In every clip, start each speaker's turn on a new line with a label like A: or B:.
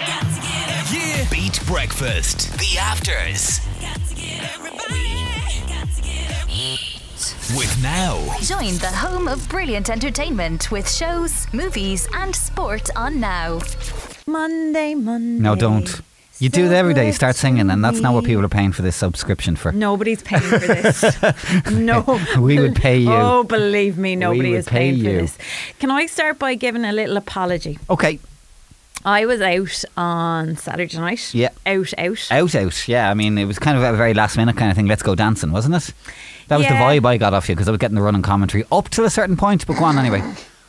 A: Yeah.
B: Beat Breakfast. The Afters. With now.
C: Join the home of brilliant entertainment with shows, movies, and sport on Now.
D: Monday, Monday.
E: No, don't. You do it every day. You start singing, and that's not what people are paying for this subscription for.
D: Nobody's paying for this. no.
E: We would pay you.
D: Oh, believe me, nobody
E: would
D: is
E: pay
D: paying
E: you.
D: for this. Can I start by giving a little apology?
E: Okay,
D: I was out on Saturday night.
E: Yeah.
D: Out, out.
E: out, out. Yeah, I mean, it was kind of a very last minute kind of thing. Let's go dancing, wasn't it? That was
D: Yeah.
E: the vibe I got off you because I was getting the running commentary up to a certain point, but go on anyway.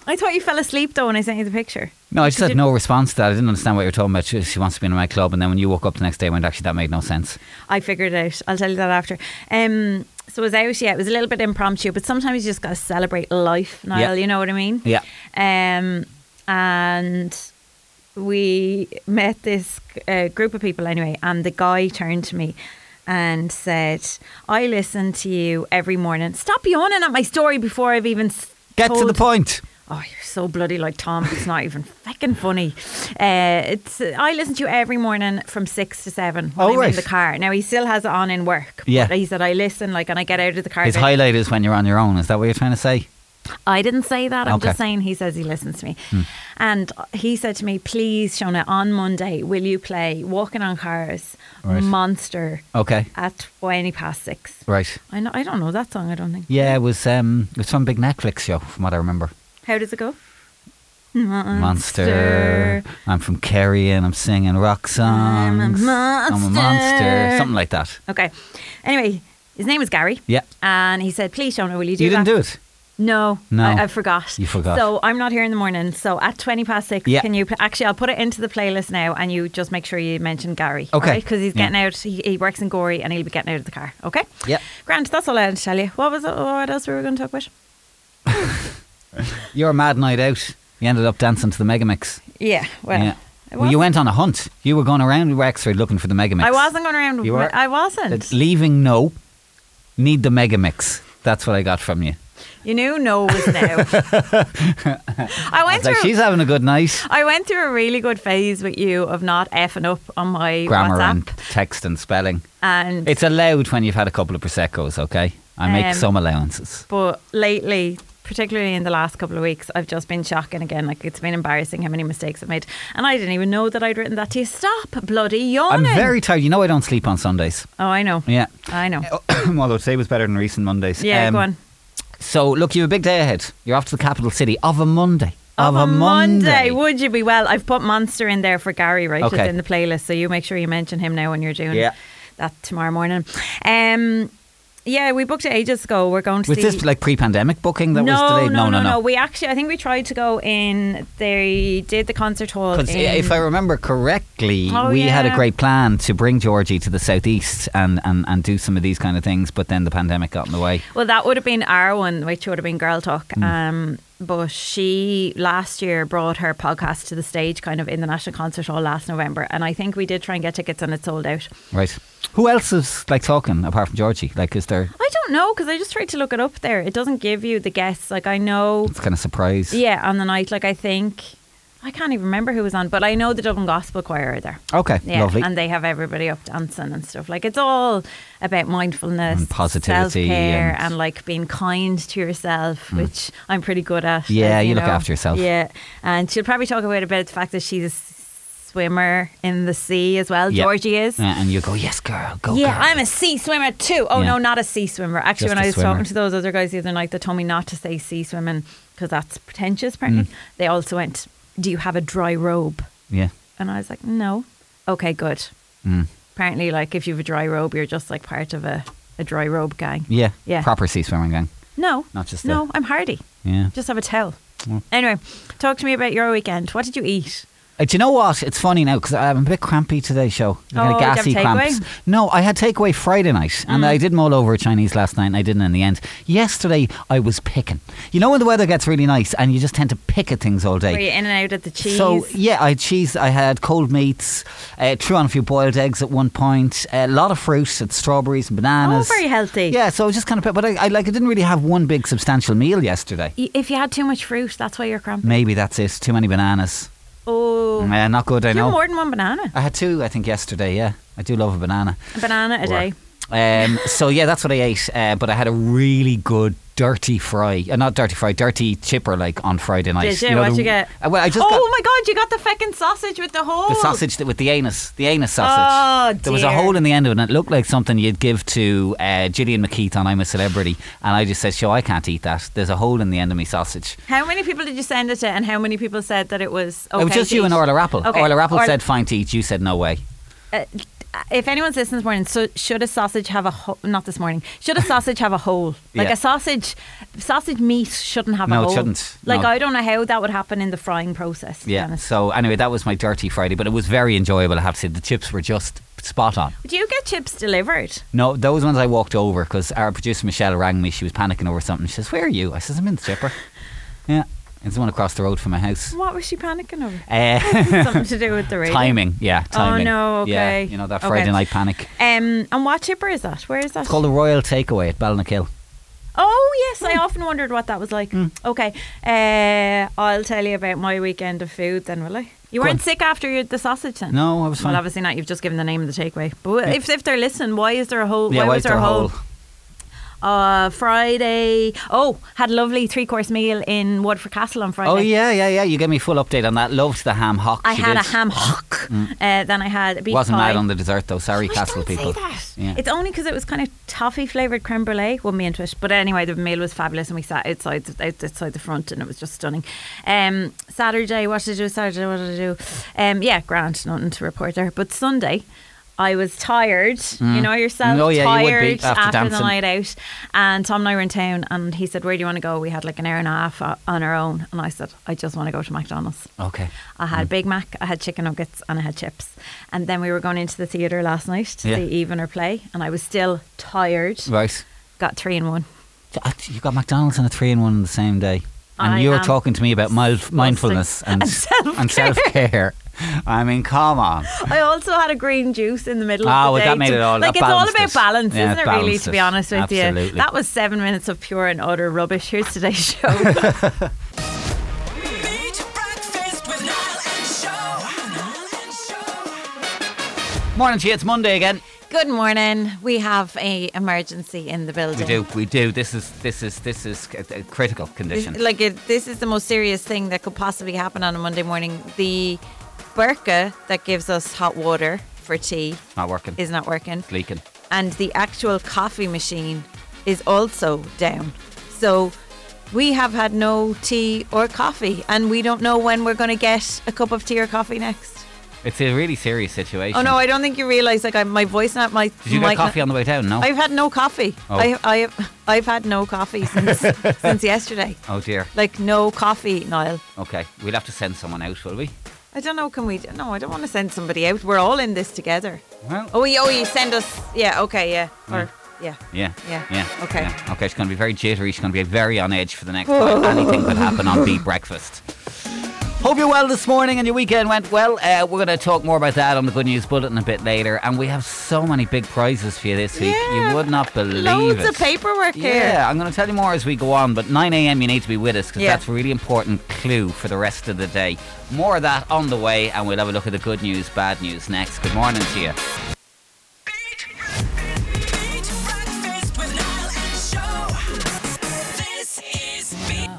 D: I thought you fell asleep though when I sent you the picture.
E: No, I just
D: Did-
E: had no response to that. I didn't understand what you were talking about. She, she wants to be in my club, and then when you woke up the next day, I went, actually, that made no sense.
D: I figured it out. I'll tell you that after. Um, so it was out, yeah, it was a little bit impromptu, but sometimes you just got to celebrate life, Niall,
E: Yeah.
D: you know what I mean?
E: Yeah.
D: Um, and we met this uh, group of people anyway, and the guy turned to me and said, I listen to you every morning. Stop yawning at my story before I've even s-
E: Get to
D: told
E: the point.
D: Oh, you're so bloody like Tom. It's not even fucking funny. Uh, it's I listen to you every morning from six to seven when
E: Oh,
D: I'm in
E: right.
D: the car. Now he still has it on in work. but
E: Yeah.
D: he said I listen like, and I get out of the car.
E: His
D: going,
E: highlight is when you're on your own. Is that what you're trying to say?
D: I didn't say that. I'm
E: Okay. Hmm.
D: just saying he says he listens to me. And he said to me, please, Shona, on Monday, will you play Walking on Cars
E: Right.
D: Monster
E: Okay.
D: at 20 past six?
E: Right.
D: I, know, I don't know that song, I don't think.
E: Yeah, it was um, it was some big Netflix show, from what I remember.
D: How does it go?
E: Monster. I'm from Kerry, and I'm singing rock
D: I'm
E: songs.
D: a
E: I'm a
D: monster.
E: monster. Something like that.
D: Okay. Anyway, his name is Gary.
E: Yeah.
D: And he said, please, Shona, will you do
E: you
D: that?
E: didn't do it.
D: No,
E: No.
D: I, I forgot.
E: You forgot.
D: So I'm not here in the morning. So at twenty past six,
E: Yeah.
D: can you pl- actually? I'll put it into the playlist now, and you just make sure you mention Gary,
E: Okay.
D: Because he's
E: Yeah.
D: getting out. He, he works in Gory, and he'll be getting out of the car. Okay.
E: Yep.
D: Grant, that's all I had to tell you. What was it, what else we were going to talk about?
E: Your mad night out. You ended up dancing to the Megamix.
D: Yeah. Well,
E: yeah.
D: I,
E: Well, you
D: wasn't-
E: went on a hunt. You were going around Wexford looking for the Megamix.
D: I wasn't going around.
E: You
D: with-
E: were?
D: I wasn't.
E: It's leaving no. Need the Megamix. That's what I got from you.
D: you knew no was now. I
E: I
D: went
E: was like,
D: through.
E: she's having a good night.
D: I went through a really good phase with you of not effing up on my
E: Grammar and
D: WhatsApp
E: text and spelling.
D: and
E: It's allowed when you've had a couple of Prosecco's, okay? I make
D: Um,
E: some allowances.
D: But lately, particularly in the last couple of weeks, I've just been shocking again. Like it's been embarrassing how many mistakes I've made, and I didn't even know that I'd written that to you. Stop bloody
E: I'm
D: yawning!
E: very tired. You know I don't sleep on Sundays.
D: Oh, I know.
E: Yeah.
D: I know.
E: Although today was better than recent Mondays.
D: Yeah,
E: Um,
D: go on.
E: So, look, you have a big day ahead. You're off to the capital city of a Monday.
D: Of a Monday, would you be well? I've put Monster in there for Gary, right? It's
E: Okay.
D: in the playlist, so you make sure you mention him now when you're doing
E: Yeah.
D: that tomorrow morning. Um, yeah, we booked it ages ago. We're going to
E: Was
D: see.
E: this like pre-pandemic booking that was delayed?
D: no, no, no, We actually, I think we tried to go in. They did the concert hall.
E: Because
D: in-
E: if I remember correctly,
D: Oh,
E: we had
D: yeah.
E: a great plan to bring Georgie to the southeast and, and, and do some of these kind of things, but then the pandemic got in the way.
D: Well, that would have been our one, which would have been Girl Talk.
E: Hmm.
D: Um, but she last year brought her podcast to the stage, kind of in the National Concert Hall last November, and I think we did try and get tickets, and it sold out.
E: Right. Who else is like talking apart from Georgie? Like, is there?
D: I don't know because I just tried to look it up there. It doesn't give you the guests. Like I know,
E: It's kind of surprise.
D: yeah, on the night, like I think I can't even remember who was on, but I know the Dublin Gospel Choir are there.
E: Okay.
D: Yeah,
E: Lovely.
D: and they have everybody up dancing and stuff. Like it's all about mindfulness,
E: And positivity
D: self-care, and,
E: and- Mm.
D: like being kind to yourself, which I'm pretty good at.
E: Yeah,
D: as
E: you
D: you
E: look
D: know.
E: after yourself.
D: Yeah, and she'll probably talk about about the fact that she's a s- swimmer in the sea as well.
E: Yeah.
D: Georgie is.
E: Uh, and you go, yes, girl, go.
D: Yeah,
E: girl."
D: I'm a sea swimmer too. Oh
E: Yeah.
D: no, not a sea swimmer. Actually,
E: Just
D: when
E: a
D: I was
E: swimmer.
D: talking to those other guys the other night, they told me not to say sea swimming because that's pretentious. Apparently,
E: Mm.
D: they also went, "Do you have a dry robe?"
E: Yeah.
D: And I was like, no. Okay, good.
E: Mm.
D: Apparently, like if you have a dry robe, you're just like part of a, a dry robe gang.
E: Yeah.
D: Yeah.
E: Proper sea swimming gang.
D: No.
E: Not just
D: No,
E: a-
D: I'm hardy.
E: Yeah.
D: Just have a towel. Anyway, talk to me about your weekend. What did you eat?
E: Uh, do you know what? It's funny now because I'm a bit crampy today, show. I'm
D: Oh, did
E: kinda
D: you have
E: gassy cramps.
D: takeaway? Mm.
E: No, I had takeaway Friday night and I did mull over Chinese last night and I didn't in the end. Yesterday, I was picking. You know when the weather gets really nice and you just tend to pick at things all
D: Were you
E: day?
D: in and out at the cheese?
E: So, yeah, I had cheese, I had cold meats, uh, threw on a few boiled eggs at one point, a lot of fruit, it's strawberries and
D: oh,
E: bananas.
D: very healthy.
E: Yeah, so I was just kind of, but I, I like I didn't really have one big substantial meal yesterday.
D: Y- If you had too much fruit, that's why you're cramping.
E: Maybe that's it. Too many bananas.
D: Oh,
E: Yeah, not good, I
D: do you have
E: know.
D: more than one banana?
E: I had two, I think, yesterday, yeah. I do love a banana.
D: A banana a day.
E: Um, so yeah, that's what I ate. Uh, but I had a really good dirty fry, uh, not dirty fry, dirty chipper like on Friday night.
D: Did you?
E: know,
D: What'd
E: the-
D: you get?
E: Uh, well, I just
D: oh
E: got
D: my god, you got the feckin' sausage with the hole.
E: the sausage that, with the anus, the anus sausage.
D: Oh,
E: There was a
D: dear.
E: hole in the end of it, and it looked like something you'd give to uh, Gillian McKeith on I'm a Celebrity. And I just said, "Sure, I can't eat that. There's a hole in the end of me sausage."
D: How many people did you send it to, and how many people said that it was okay?
E: it was just
D: to
E: you and
D: eat?
E: Orla Apple.
D: Okay.
E: Orla Apple
D: Orla-
E: said, "Fine to eat." You said, "No way."
D: Uh, if anyone's listening this morning, so should a sausage have a ho- not this morning? Should a sausage have a hole? Like
E: Yeah.
D: a sausage, sausage meat shouldn't have
E: No,
D: a
E: it
D: hole.
E: shouldn't.
D: Like
E: No.
D: I don't know how that would happen in the frying process. to be
E: Yeah.
D: honest.
E: So anyway, that was my dirty Friday, but it was very enjoyable. I have to say, the chips were just spot on.
D: Do you get chips delivered?
E: No, those ones I walked over because our producer Michelle rang me. She was panicking over something. She says, "Where are you?" I says, "I'm in the chipper." Yeah, it's the one across the road from my house.
D: What was she panicking over?
E: Uh,
D: Something to do with the radio.
E: timing, yeah, timing.
D: Oh, no,
E: Yeah,
D: okay.
E: you know that
D: Okay.
E: Friday night panic.
D: Um, and what chipper is that? Where is that?
E: It's called the Royal Takeaway at Balnakill.
D: Oh yes,
E: Hmm.
D: I often wondered what that was like. Okay, uh, I'll tell you about my weekend of food then, will I? You
E: Go
D: weren't
E: on.
D: sick after your, the sausage then?
E: No, I was fine.
D: Well, obviously not. You've just given the name of the takeaway. But if, if they're listening, why is there a whole?
E: yeah,
D: why
E: why
D: was
E: is there a hole?
D: Uh, Friday. Oh, had a lovely three course meal in Waterford Castle on Friday.
E: Oh yeah, yeah, yeah. You gave me full update on that. Loved the ham hock.
D: I
E: she
D: had
E: did. Mm.
D: a ham hock. Uh, then I had a beef
E: Wasn't
D: pie.
E: mad on the dessert though. Sorry,
D: Gosh,
E: Castle
D: don't say
E: people.
D: that.
E: Yeah.
D: It's only because it was kind of toffee flavoured creme brulee won me into it. But anyway, the meal was fabulous and we sat outside the, out- outside the front and it was just stunning. Um, Saturday, what did I do? Saturday, what did I do? Um, yeah, grand, nothing to report there. But Sunday, I was tired. You know yourself,
E: Oh, yeah, you would
D: tired
E: be after
D: the
E: dancing.
D: night out. And Tom and I were in town and he said, Where do you want to go? We had like an hour and a half uh, on our own. And I said, I just want to go to McDonald's.
E: Okay.
D: I
E: Mm.
D: had Big Mac, I had chicken nuggets, and I had chips. And then we were going into the theatre last night to
E: Yeah.
D: see Even or Play, and I was still tired.
E: Right.
D: Got three in one.
E: You got McDonald's and a three in one on the same day. And
D: I
E: you were
D: am
E: talking to me about mild, mindfulness and, and self-care. I mean, come on.
D: I also had a green juice in the middle
E: Ah,
D: of the
E: well,
D: day.
E: that made
D: to-
E: it all- that
D: like it's all
E: balanced
D: about
E: it.
D: balance,
E: Yeah,
D: isn't
E: it
D: it? Really,
E: balanced
D: to be
E: it.
D: honest with you,
E: Absolutely.
D: that was seven minutes of pure and utter rubbish. Here's today's show.
B: Beat breakfast with Niall and Show. Niall and Show.
E: Morning to you. It's Monday again.
D: Good morning. We have a emergency in the building.
E: We do. We do. This is this is this is a a critical condition.
D: This- Like it, this is the most serious thing that could possibly happen on a Monday morning. The burqa that gives us hot water for tea
E: Not working.
D: is not working,
E: It's leaking.
D: and the actual coffee machine is also down. So we have had no tea or coffee, and we don't know when we're going to get a cup of tea or coffee next.
E: It's a really serious situation.
D: Oh no, I don't think you realise. Like I, my voice, not my.
E: Did you
D: mic
E: get
D: not-
E: coffee on the way down? No.
D: I've had no coffee.
E: Oh.
D: I, I, I've had no coffee since since yesterday.
E: oh dear.
D: Like no coffee, Niall.
E: Okay. We'll have to send someone out, will we?
D: I don't know. Can we? No, I don't want to send somebody out. We're all in this together.
E: Well.
D: Oh, you, oh, you send us. Yeah. Okay. Yeah.
E: Mm.
D: Or yeah.
E: Yeah.
D: Yeah.
E: Yeah.
D: Okay.
E: yeah. Okay. She's going to be very jittery. She's going to be very on edge for the next while. Anything could happen on Beat Breakfast. Hope you're well this morning and your weekend went well. Uh, we're going to talk more about that on the Good News Bulletin a bit later. And we have so many big prizes for you this week.
D: Yeah,
E: You would not believe
D: Loads
E: it.
D: of paperwork here.
E: Yeah, I'm going to tell you more as we go on, but 9 a.m. you need to be with us because
D: Yeah.
E: that's a really important clue for the rest of the day. More of that on the way, and we'll have a look at the good news, bad news next. Good morning to you.
B: Beat breakfast with Niall and Show. This is Beat.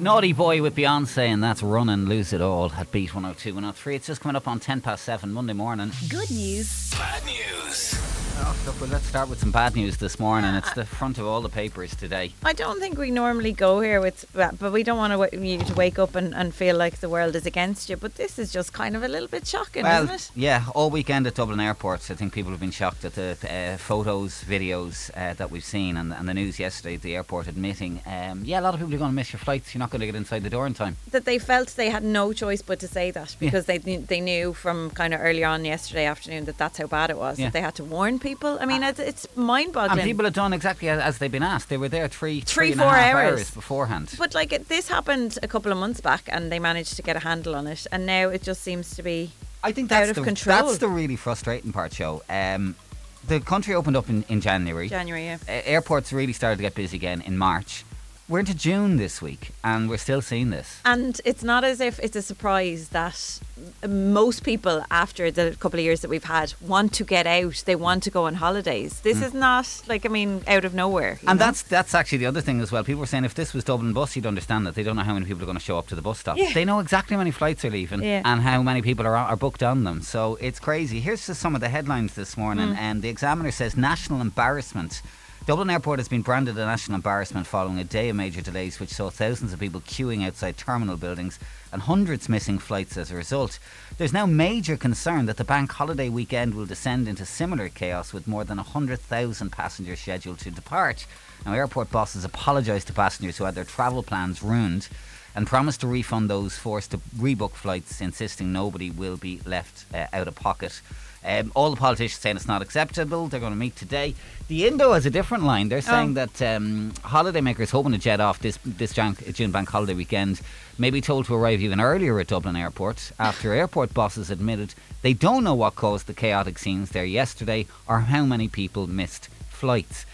E: Naughty Boy with Beyonce, and that's Run and Lose It All at Beat 102 103. It's just coming up on 10 past 7 Monday morning.
C: Good news.
B: Bad news.
E: Oh, look, well, let's start with some bad news this morning. It's the front of all the papers today.
D: I don't think we normally go here with, but but we don't want to wa- you to wake up and, and feel like the world is against you. But this is just kind of a little bit shocking, isn't it?
E: yeah, all weekend at Dublin airports, I think people have been shocked at the uh, photos, videos uh, that we've seen, and, and the news yesterday at the airport admitting, um, yeah, a lot of people are going to miss your flights. You're not going to get inside the door in time.
D: That they felt they had no choice but to say that
E: Yeah.
D: because they they knew- they knew from kind of early on yesterday afternoon that that's how bad it was.
E: Yeah. Ah.
D: That they had to warn people. I mean, it's, it's mind-boggling.
E: And people have done exactly as, as they've been asked. They were there three,
D: Three,
E: three and a
D: four
E: half
D: hours.
E: beforehand.
D: But like it, this happened a couple of months back, and they managed to get a handle on it, and now it just seems to be.
E: I think
D: out
E: that's
D: of
E: the
D: control.
E: that's the really frustrating part, show. Um, the country opened up in, in January.
D: January, yeah.
E: A- airports really started to get busy again in March. We're into June this week, and we're still seeing this.
D: And it's not as if it's a surprise that most people, after the couple of years that we've had, want to get out. They want to go on holidays. This is not like I mean, out of nowhere. you
E: And
D: know?
E: that's that's actually the other thing as well. People were saying if this was Dublin bus, you'd understand that they don't know how many people are going to show up to the bus stop.
D: Yeah.
E: They know exactly how many flights are leaving
D: Yeah.
E: and how many people are are booked on them. So it's crazy. Here's just some of the headlines this morning. And the Examiner says national embarrassment. Dublin Airport has been branded a national embarrassment following a day of major delays, which saw thousands of people queuing outside terminal buildings and hundreds missing flights as a result. There's now major concern that the bank holiday weekend will descend into similar chaos with more than 100,000 passengers scheduled to depart. Now, airport bosses apologised to passengers who had their travel plans ruined and promised to refund those forced to rebook flights, insisting nobody will be left uh, out of pocket. Um, all the politicians saying it's not acceptable. They're going to meet today. The Indo has a different line. They're saying that um, holidaymakers hoping to jet off this this Jan- June bank holiday weekend may be told to arrive even earlier at Dublin Airport after airport bosses admitted they don't know what caused the chaotic scenes there yesterday or how many people missed flights.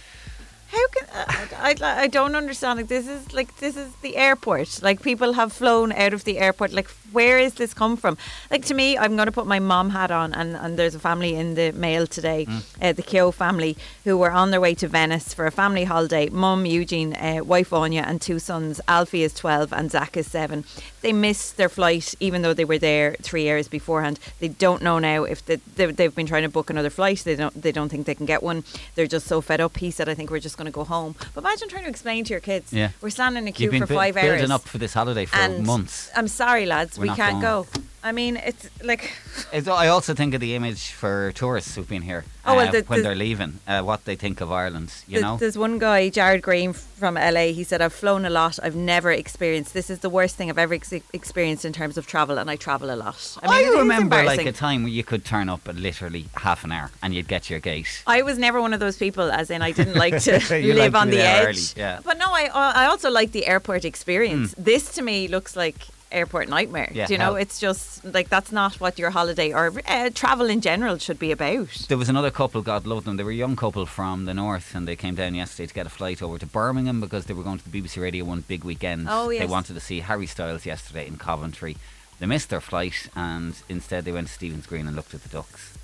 D: How can I, I? I don't understand. Like this is like this is the airport. Like people have flown out of the airport. Like where is this come from? Like to me, I'm going to put my mom hat on, and, and there's a family in the mail today, uh, the Keogh family, who were on their way to Venice for a family holiday. Mum, Eugene, uh, wife Anya, and two sons. Alfie is 12 and Zach is seven. They missed their flight, even though they were there three years beforehand. They don't know now if the, they, they've been trying to book another flight. They don't. They don't think they can get one. They're just so fed up. He said, "I think we're just going to go home." But imagine trying to explain to your kids,
E: Yeah.
D: "We're standing in a queue
E: You've been
D: for
E: bu-
D: five
E: building
D: hours
E: up for this holiday for
D: and
E: months.
D: I'm sorry, lads,
E: We're
D: we
E: not
D: can't
E: going.
D: go." I mean, it's like
E: It's, I also think of the image for tourists who've been here
D: Oh, well,
E: uh,
D: the-
E: when
D: the-
E: they're leaving, uh, what they think of Ireland, you
D: There's-
E: know?
D: There's one guy, Jared Green from LA. He said, "I've flown a lot. I've never experienced. This is the worst thing I've ever ex- experienced in terms of travel, and I travel a lot. I mean, it is
E: remember like
D: embarrassing.
E: a time where you could turn up at literally half an hour and you'd get your gate.
D: I was never one of those people, as in I didn't like to
E: You
D: live
E: like to
D: on
E: be
D: the edge.
E: there early, yeah. Hmm.
D: But no, I uh, I also like the airport experience. This to me looks like airport nightmare.
E: Yeah,
D: Do you know?
E: hell.
D: It's just like that's not what your holiday or uh, travel in general should be about.
E: There was another couple, God love them. They were a young couple from the north, and they came down yesterday to get a flight over to Birmingham because they were going to the BBC Radio One big weekend.
D: Oh,
E: They
D: yes.
E: wanted to see Harry Styles yesterday in Coventry. They missed their flight, and instead they went to Stephen's Green and looked at the ducks.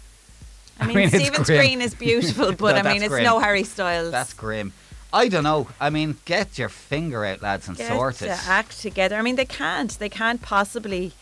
D: I mean,
E: mean, it's
D: Stephen's
E: grim.
D: Green is beautiful, but
E: No,
D: I mean,
E: that's
D: it's
E: grim.
D: no Harry Styles.
E: That's grim. I don't know. I mean, get your finger out, lads, and
D: get
E: sort it.
D: to act together. I mean, they can't. They can't possibly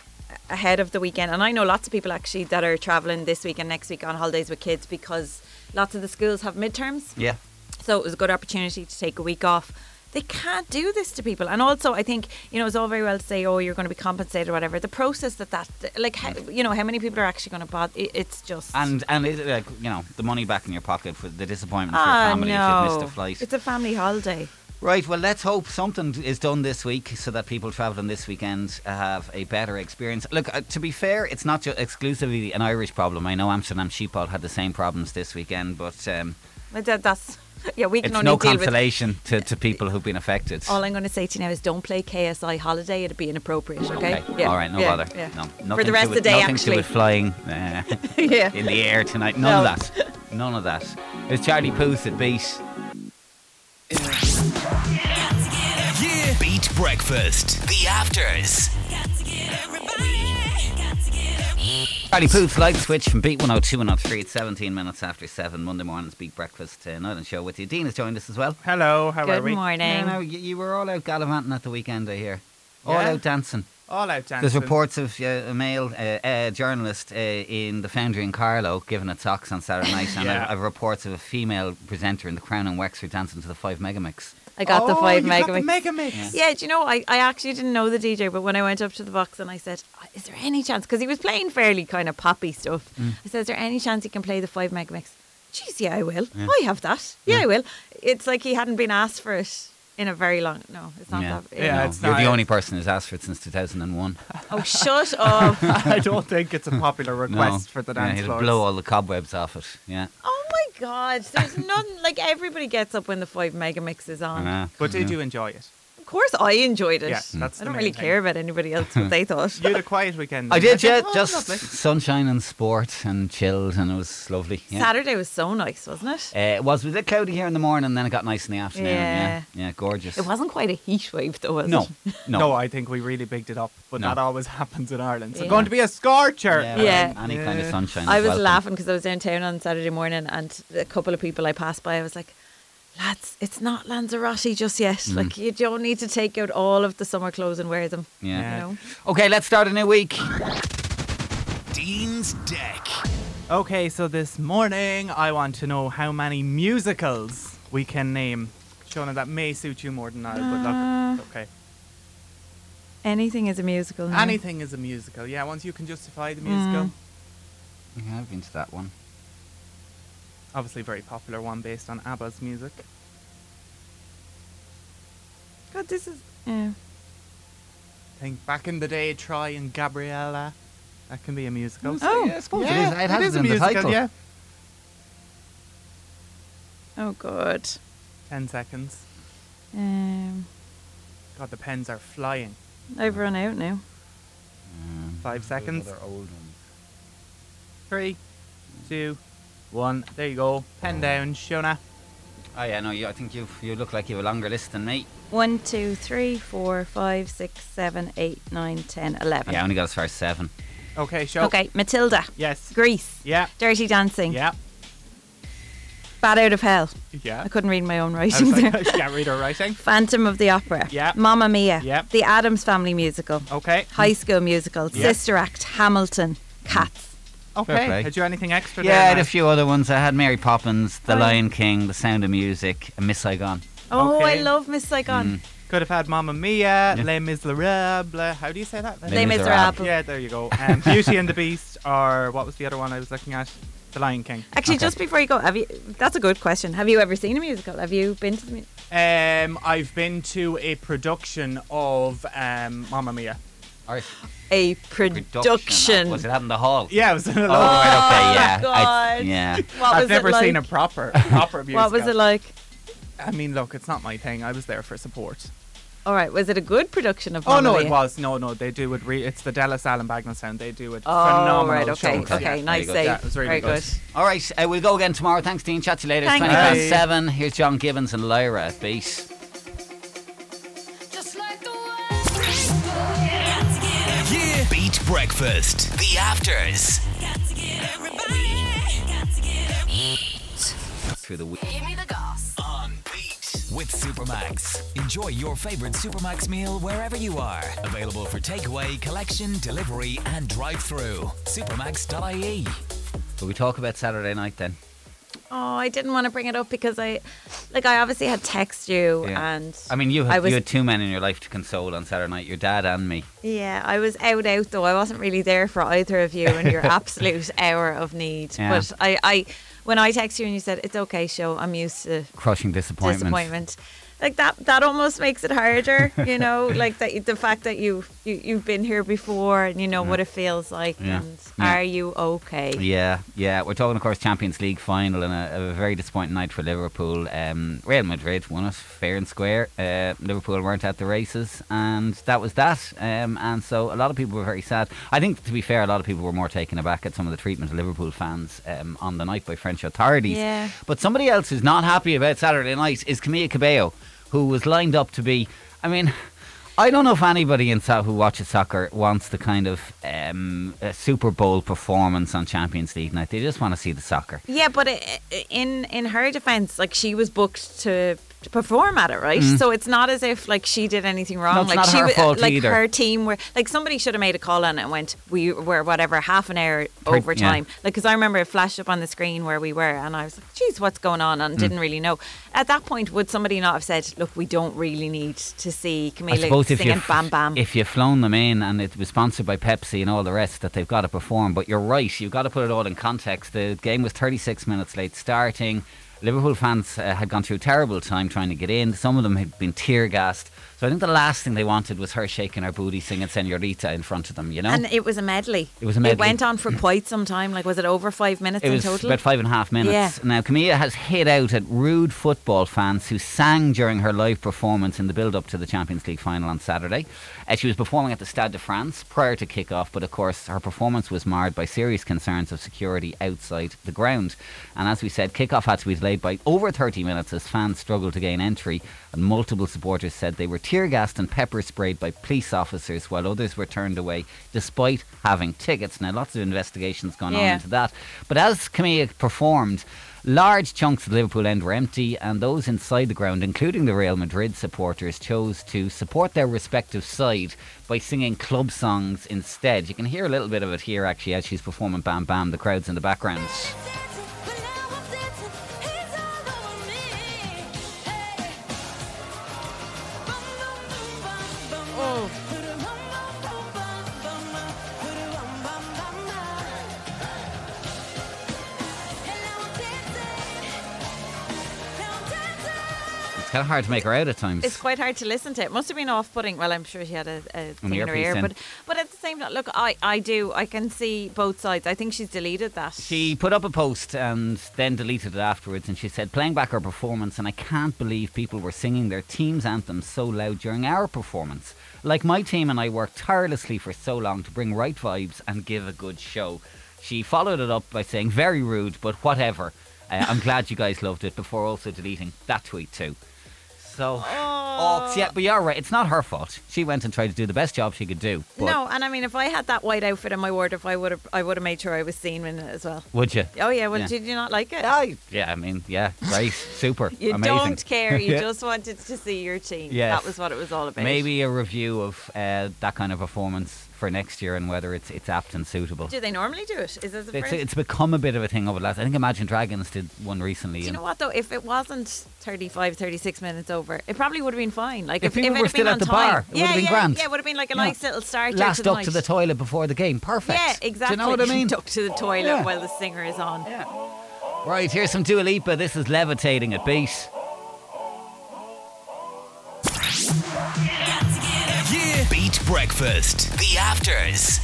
D: a- ahead of the weekend. And I know lots of people actually that are traveling this week and next week on holidays with kids because lots of the schools have midterms.
E: yeah.
D: So it was a good opportunity to take a week off. They can't do this to people. And also, I think, you know, it's all very well to say, oh, you're going to be compensated or whatever. The process that that, like, how, you know, how many people are actually going to bother? It, it's just.
E: Mm. And and it, like you know, the money back in your pocket for the disappointment for your
D: Ah,
E: family if you've missed a flight.
D: It's a family holiday.
E: right. Well, let's hope something is done this week so that people travelling this weekend have a better experience. Look, uh, to be fair, it's not just exclusively an Irish problem. I know Amsterdam Sheepall had the same problems this weekend, but um,
D: But that- That's, yeah, we can
E: it's
D: only
E: no
D: deal with
E: consolation to, to people who've been affected.
D: All I'm going to say to you now is don't play KSI Holiday. It'd be inappropriate, okay?
E: Okay. All right. No
D: yeah,
E: bother.
D: yeah.
E: No.
D: For
E: nothing
D: the
E: to
D: rest
E: do
D: of the day,
E: with- nothing to do
D: actually.
E: with flying. Nah.
D: yeah.
E: in the air tonight. None of that. None of that. It's Charlie Puth at Beat.
B: Yeah.
A: Beat Breakfast.
B: The afters. Got to get everybody. Got to get everybody.
E: Charlie Puth, light switch from Beat 102 and 103. It's 17 minutes after 7. Monday morning's Beat Breakfast uh, night and show with you. Dean has joined us as well.
A: Hello, how are
D: Good
A: we?
D: morning.
E: No, no, you, you were all out gallivanting at the weekend, I hear. All
A: Yeah.
E: out dancing.
A: All out dancing.
E: There's reports of uh, a male uh, uh, journalist uh, in the Foundry in Carlow giving a talks on Saturday night, and
A: Yeah.
E: I've, I've reports of a female presenter in the Crown and Wexford dancing to the Five Megamix.
D: I got the
A: Oh,
D: five
A: you
D: mega.
A: got the mega mix.
D: Yeah, do you know, I, I actually didn't know the DJ, but when I went up to the box and I said, "Oh, Is there any chance? Because he was playing fairly kind of poppy stuff.
E: Mm.
D: I said, Is there any chance he can play the five mega mix? Jeez, yeah, I will. I have that. Yeah, I will. It's like he hadn't been asked for it in a very long. No, it's not
E: Yeah.
D: that.
A: Yeah,
E: No,
A: it's
E: you're
A: not-
E: the only person who's asked for it since 2001.
D: Oh, shut up.
A: I don't think it's a popular request for the
E: yeah,
A: dance
E: he'll
A: floors.
E: blow all the cobwebs off it. Yeah.
D: Oh my God! There's nothing like everybody gets up when the five mega mix is on.
E: Yeah.
A: But Oh, did you enjoy it?
D: Of course, I enjoyed it.
A: Yeah, that's
D: I
A: the
D: don't
A: main
D: really
A: thing.
D: care about anybody else what they thought.
A: You had a quiet weekend.
E: I did, yeah.
A: think, oh,
E: just
A: lovely.
E: sunshine and sport and chilled, and it was lovely. Yeah.
D: Saturday was so nice, wasn't it?
E: Uh, it was a bit cloudy here in the morning, and then it got nice in the afternoon. Yeah,
D: Yeah.
E: yeah, gorgeous.
D: It wasn't quite a heat wave, though, was
E: No,
D: it?
E: no.
A: No, I think we really bigged it up, but
E: No.
A: that always happens in Ireland. So
D: Yeah.
A: going to be a scorcher.
E: Yeah,
D: Yeah.
E: well, any kind of
A: Yeah.
E: sunshine.
D: I
E: is
D: was
E: welcome.
D: laughing because I was downtown on Saturday morning, and a couple of people I passed by, I was like, "Lads, it's not Lanzarote just yet.
E: Mm.
D: Like, you don't need to take out all of the summer clothes and wear them."
E: Yeah.
D: You
A: Yeah.
D: know?
E: Okay, let's start a new week.
B: Dean's Deck.
A: Okay, so this morning I want to know how many musicals we can name. Shona, that may suit you more than I, but
D: Uh,
A: look, okay.
D: Anything is a musical. Now.
A: Anything is a musical. Yeah, once you can justify the musical.
D: Mm.
E: Yeah, I've been to that one.
A: Obviously, very popular one based on ABBA's music.
D: God, this is. Yeah.
A: Think back in the day, Troy and Gabriella. That can be a musical.
D: Oh.
E: yeah, I suppose
A: Yeah,
E: it is. It has
A: is
E: it
A: a
E: in the
A: musical,
E: title.
A: yeah.
D: Oh God.
A: Ten seconds.
D: Um,
A: God, the pens are flying.
D: I've run out now.
E: Um,
A: Five
E: those
A: seconds.
E: other old ones.
A: Three, two, one. There you go. Pen down, Shona.
E: Oh yeah, no, you, I think you you look like you have a longer list than me.
D: One, two, three, four, five, six, seven, eight, nine, ten, eleven.
E: Yeah, I only got as far as seven.
A: Okay, show.
D: Okay, Matilda.
A: Yes.
D: Greece.
A: Yeah.
D: Dirty Dancing.
A: Yeah.
D: Bad Out of Hell.
A: Yeah.
D: I couldn't read my own
A: I
D: writing
A: was like,
D: there.
A: she can't read her writing.
D: Phantom of the Opera.
A: Yeah.
D: Mamma Mia.
A: Yeah.
D: The Adams Family Musical.
A: Okay.
D: High School Musical.
A: Yeah.
D: Sister Act. Hamilton. Cats.
E: Fair play.
A: Okay. Did you anything extra?
E: Yeah, I
A: there,
E: had a
A: Matt?
E: few other ones. I had Mary Poppins, The
D: Oh, yeah.
E: Lion King, The Sound of Music, and Miss Saigon.
D: Oh,
A: Mm. Okay. Mm.
D: I love Miss Saigon.
A: Could have had Mamma Mia, Les Miserables. How do you say that?
E: Les
D: Les
E: Miserables.
D: Miserables.
A: Yeah, there you go. Um, Beauty and the Beast, or what was the other one I was looking at? The Lion King.
D: Actually,
E: Okay.
D: just before you go, have you? That's a good question. Have you ever seen a musical? Have you been to the? mu-
A: Um, I've been to a production of um, Mamma Mia.
E: Or
D: A
E: production.
D: production.
E: Was it out in the hall?
A: Yeah, it was in a
E: Oh,
A: lo-
E: right, okay,
D: Oh,
E: yeah. I,
D: God.
E: yeah.
D: What
A: I've
D: was
A: never
D: it like?
A: seen a proper a proper musical.
D: What was it like?
A: I mean, look, it's not my thing. I was there for support.
D: All right, was it a good production of?
A: Oh
D: Mamma
A: no, it
D: Mia?
A: was no, no. They do it. Re- it's the Dallas Allen Bagnall sound. They do it.
D: Oh,
A: phenomenal
D: right, okay,
A: shows.
D: okay,
A: Yeah.
D: nice
E: good.
D: save.
A: Yeah, it was really
D: Very
A: good.
D: good.
E: All right, uh, we'll go again tomorrow. Thanks, Dean. Chat to you later. It's
D: Thanks.
E: 20 past
A: Bye.
E: 7. Here's John Gibbons and Lyra at Beat.
B: Just like the wind.
F: Yeah. Beat breakfast.
B: The afters. Got to get everybody. Got to get everybody.
E: Through the week.
C: Give me the goss.
F: On Beat. With Supermax. Enjoy your favorite Supermax meal wherever you are. Available for takeaway, collection, delivery, and drive through. Supermax.ie.
E: Will we talk about Saturday night then?
D: Oh, I didn't want to bring it up because I, like, I obviously had text you
E: Yeah.
D: and
E: I mean, you
D: I
E: had,
D: was-
E: you had two men in your life to console on Saturday night, your dad and me.
D: yeah, I was out out though. I wasn't really there for either of you in your absolute hour of need.
E: Yeah.
D: But I, I, when I text you and you said it's okay, show I'm used to
E: Crushing disappointment.
D: disappointment. Like that, that almost makes it harder, you know. like that, the fact that you, you you've been here before and you
A: Mm.
D: know what it feels like.
E: Yeah.
D: And
E: Yeah.
D: are you okay?
E: Yeah, yeah. We're talking, of course, Champions League final and a, a very disappointing night for Liverpool. Um, Real Madrid won it fair and square. Uh, Liverpool weren't at the races, and that was that. Um, and so a lot of people were very sad. I think, to be fair, a lot of people were more taken aback at some of the treatment of Liverpool fans um, on the night by French authorities.
D: Yeah.
E: But somebody else who's not happy about Saturday night is Camille Cabello, who was lined up to be. I mean. I don't know if anybody in South who watches soccer wants the kind of um, uh Super Bowl performance on Champions League night. They just want to see the soccer.
D: Yeah, but i i- in in her defense, like she was booked to, to perform at it, right? So it's not as if like she did anything wrong.
E: Mm. No, it's
D: like
E: not
D: she
E: her
D: wa-
E: fault
D: like
E: either.
D: her team were like somebody should have made a call on it and went we were whatever half an hour
E: Pre-
D: over
E: yeah.
D: time. Like because I remember it flashed up on the screen where we were, and I was like, "Geez, what's going on?"
E: Mm.
D: and didn't really know. At that point, would somebody not have said, "Look, we don't really need to see
E: I
D: Camila
E: suppose if
D: singing
E: you've,
D: Bam Bam"?
E: if you've flown them in and it was sponsored by Pepsi and all the rest, that they've got to perform. But you're right, you've got to put it all in context. The game was 36 minutes late starting. Liverpool fans uh, had gone through a terrible time trying to get in. Some of them had been tear gassed. So So I think the last thing they wanted was her shaking her booty, singing "Senorita" in front of them. You know,
D: And it was a medley.
E: It was a medley.
D: It went on for quite some time. Like, was it over five minutes
E: it
D: in
E: was
D: total?
E: about five and a half minutes. Now Camilla has hit out at rude football fans who sang during her live performance in the build-up to the Champions League final on Saturday. Uh, she was performing at the Stade de France prior to kick-off, but of course her performance was marred by serious concerns of security outside the ground. And as we said, kick-off had to be delayed by over 30 minutes as fans struggled to gain entry, and multiple supporters said they were tear gassed and pepper sprayed by police officers, while others were turned away despite having tickets. Now, lots of investigations gone on
D: Yeah.
E: into that. But as Camille performed, large chunks of the Liverpool end were empty, and those inside the ground, including the Real Madrid supporters, chose to support their respective side by singing club songs instead. You can hear a little bit of it here, actually, as she's performing Bam Bam, the crowd's in the background. It's kind of hard to make her out at times.
D: It's quite hard to listen to. It must have been off-putting. Well, I'm sure she had a, a thing in her
E: earpiece
D: ear,
E: in.
D: but but at the same time, look, I I do. I can see both sides. I think she's deleted that.
E: She put up a post and then deleted it afterwards, and she said, playing back her performance, and I can't believe people were singing their team's anthem so loud during our performance. Like my team and I worked tirelessly for so long to bring right vibes and give a good show. She followed it up by saying, very rude, but whatever. Uh, I'm glad you guys loved it, before also deleting that tweet too. So, oh, yeah, but you're right. It's not her fault. She went and tried to do the best job she could do. But
D: no, and I mean, if I had that white outfit in my wardrobe, I would have I would have made sure I was seen in it as well.
E: Would you?
D: Oh yeah, well,
E: Yeah.
D: did you not like it?
E: Yeah, I mean, yeah, great, super,
D: You
E: amazing.
D: don't care. You
E: Yeah.
D: just wanted to see your team.
E: Yes.
D: That was what it was all about.
E: Maybe a review of uh, that kind of performance for next year and whether it's it's apt and suitable.
D: Do they normally do it? Is this the
E: It's,
D: first?
E: it's become a bit of a thing over the last. I think Imagine Dragons did one recently.
D: Do you
E: and
D: know what though? If it wasn't 35, 36 minutes over, it probably would have been fine. Like
E: If
D: if,
E: people
D: it
E: were
D: had
E: still
D: been
E: at
D: on
E: the
D: time.
E: bar, it would
D: yeah,
E: have been
D: yeah,
E: grand.
D: Yeah, it would have been like a
E: Yeah.
D: nice little start. to
E: last
D: the
E: up
D: night.
E: to the toilet before the game. Perfect.
D: Yeah, exactly.
E: Do you know what I mean?
D: Duck to the toilet
E: yeah.
D: while the singer is on.
E: Right, here's some Dua Lipa. This is levitating at beat.
F: Yeah. Beat breakfast. The afters.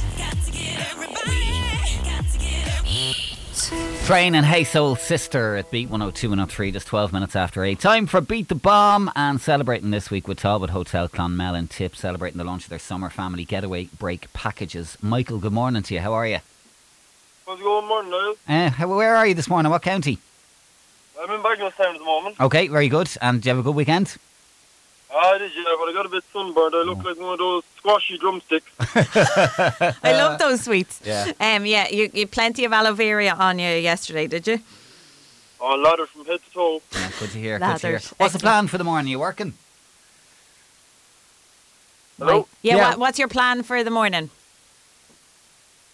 E: Train and Hey Soul Sister at Beat 102 103, just 12 minutes after 8. Time for Beat the Bomb and celebrating this week with Talbot Hotel Clonmel and Tip, celebrating the launch of their summer family getaway break packages. Michael, good morning to you. How are you?
G: How's it going, morning, Niall?
E: Uh, how, where are you this morning? What county?
G: I'm in Bagnallstown at the moment.
E: Okay, very good. And did you have a good weekend?
G: Ah, did you? But I got a bit sunburned. I look like one of those squashy drumsticks.
D: I love those sweets.
E: yeah.
D: Um, Uh, yeah, you, you had plenty of aloe vera on you yesterday, did you?
G: Oh, ladder from head to toe.
E: Yeah, good to hear. Good to hear.
D: Lathered.
E: What's the
D: Excellent.
E: plan for the morning? you working?
G: Hello?
D: Right. Yeah.
E: Yeah.
D: What, what's your plan for the morning?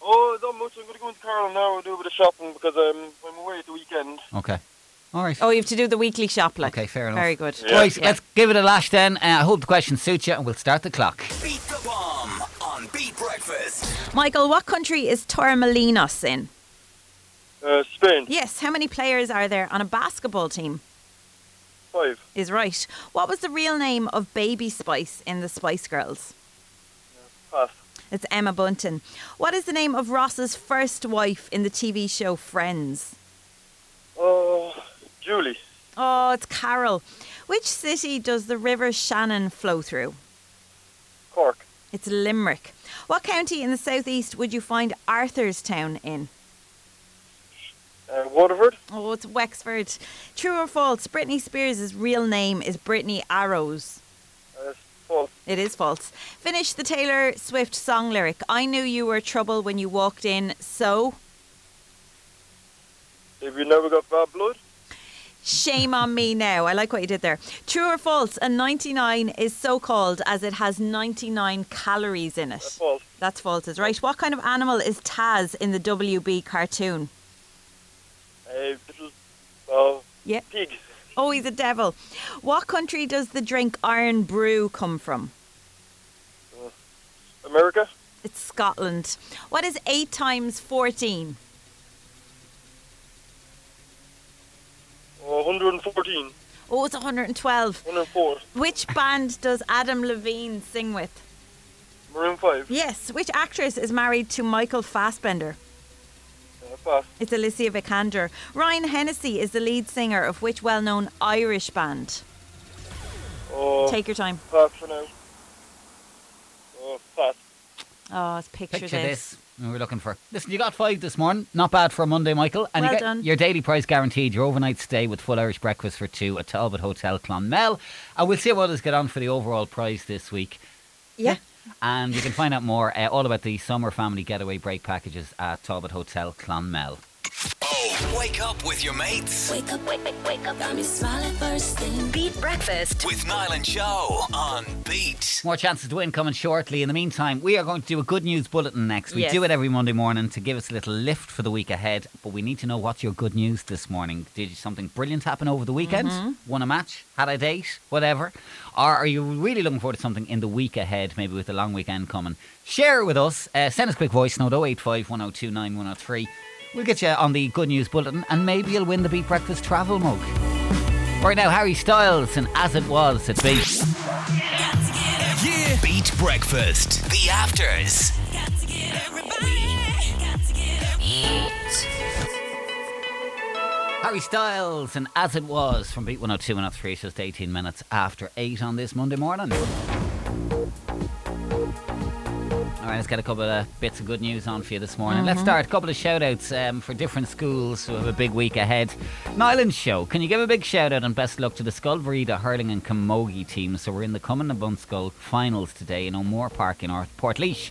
G: Oh, not much. I'm going to go into Carl now and do a bit of shopping because um, I'm away at the weekend.
E: Okay. All right.
D: Oh, you have to do the weekly shop. Like.
E: Okay, fair enough.
D: Very good.
G: Yeah.
E: Right,
D: Yeah.
E: let's give it a lash then. Uh, I hope the question suits you and we'll start the clock.
F: Beat the bomb on Beat Breakfast.
D: Michael, what country is Torremolinos in?
G: Uh, Spain,
D: Yes. How many players are there on a basketball team?
G: five.
D: Is right. What was the real name of Baby Spice in the Spice Girls?
G: Pass.
D: It's Emma Bunton. What is the name of Ross's first wife in the TV show Friends?
G: Oh, Julie.
D: Oh, it's Carol. Which city does the River Shannon flow through?
G: Cork.
D: It's Limerick. What county in the southeast would you find Arthur's Town in?
G: Uh, Waterford.
D: Oh, it's Wexford. True or false? Britney Spears' real name is Britney Arrows.
G: Uh, false.
D: It is false. Finish the Taylor Swift song lyric. I knew you were trouble when you walked in, so
G: Have you never got bad blood?
D: Shame on me now. I like what you did there. True or false? A 99 is so called as it has 99 calories in it.
G: eh, False.
D: That's false, is right. What kind of animal is Taz in the WB cartoon?
G: Uh, little, uh,
D: Yeah.
G: pig.
D: Oh, he's a devil. What country does the drink Iron Brew come from?
G: America.
D: It's Scotland. What is 8 times 14?
G: Oh, 114.
D: Oh, it's 112.
G: 104.
D: Which band does Adam Levine sing with?
G: Maroon 5.
D: Yes. Which actress is married to Michael Fassbender?
G: Uh, pass.
D: It's Alicia Vikander. Ryan Hennessy is the lead singer of which well known Irish band?
G: Oh,
D: Take your time.
G: pass for now. Oh, pass.
D: Oh, it's Picture,
E: Picture this. We were looking for. Listen, you got five this morning. Not bad for a Monday, Michael. And
D: Well
E: you get
D: done.
E: your daily prize guaranteed. Your overnight stay with full Irish breakfast for two at Talbot Hotel Clonmel. And we'll see how others get on for the overall prize this week.
D: Yeah.
E: And you can find out more uh, all about the summer family getaway break packages at Talbot Hotel Clonmel.
F: Wake up with your mates
B: Wake up, wake, wake, wake up. Got me smiling first thing.
C: Beat breakfast.
F: with Niall and Joe on Beat.
E: More chances to win coming shortly. In the meantime, we are going to do a good news bulletin next. We
D: Yes.
E: do it every Monday morning to give us a little lift for the week ahead. But we need to know what's your good news this morning. Did something brilliant happen over the weekend? Won a match? Had a date? Whatever. Or are you really looking forward to something in the week ahead, maybe with the long weekend coming? Share it with us. Uh, send us a quick voice note 085 102 9103. We'll get you on the good news bulletin and maybe you'll win the Beat Breakfast travel mug. Right now, Harry Styles and As It Was at Beat.
B: Got to get
F: Yeah. Beat Breakfast. The Afters.
B: up, got to get everybody. Got to get up.
E: Harry Styles and As It Was from Beat 102 and oh 3, just 18 minutes after 8 on this Monday morning. All right, let's get a couple of bits of good news on for you this morning. Let's start. A couple of shout outs um, for different schools who have a big week ahead. Nyland Show, can you give a big shout out and best luck to the Sculverida Hurling and Camogie teams? So we're in the Cumann and Bunskull finals today in O'More Park in North Portleash.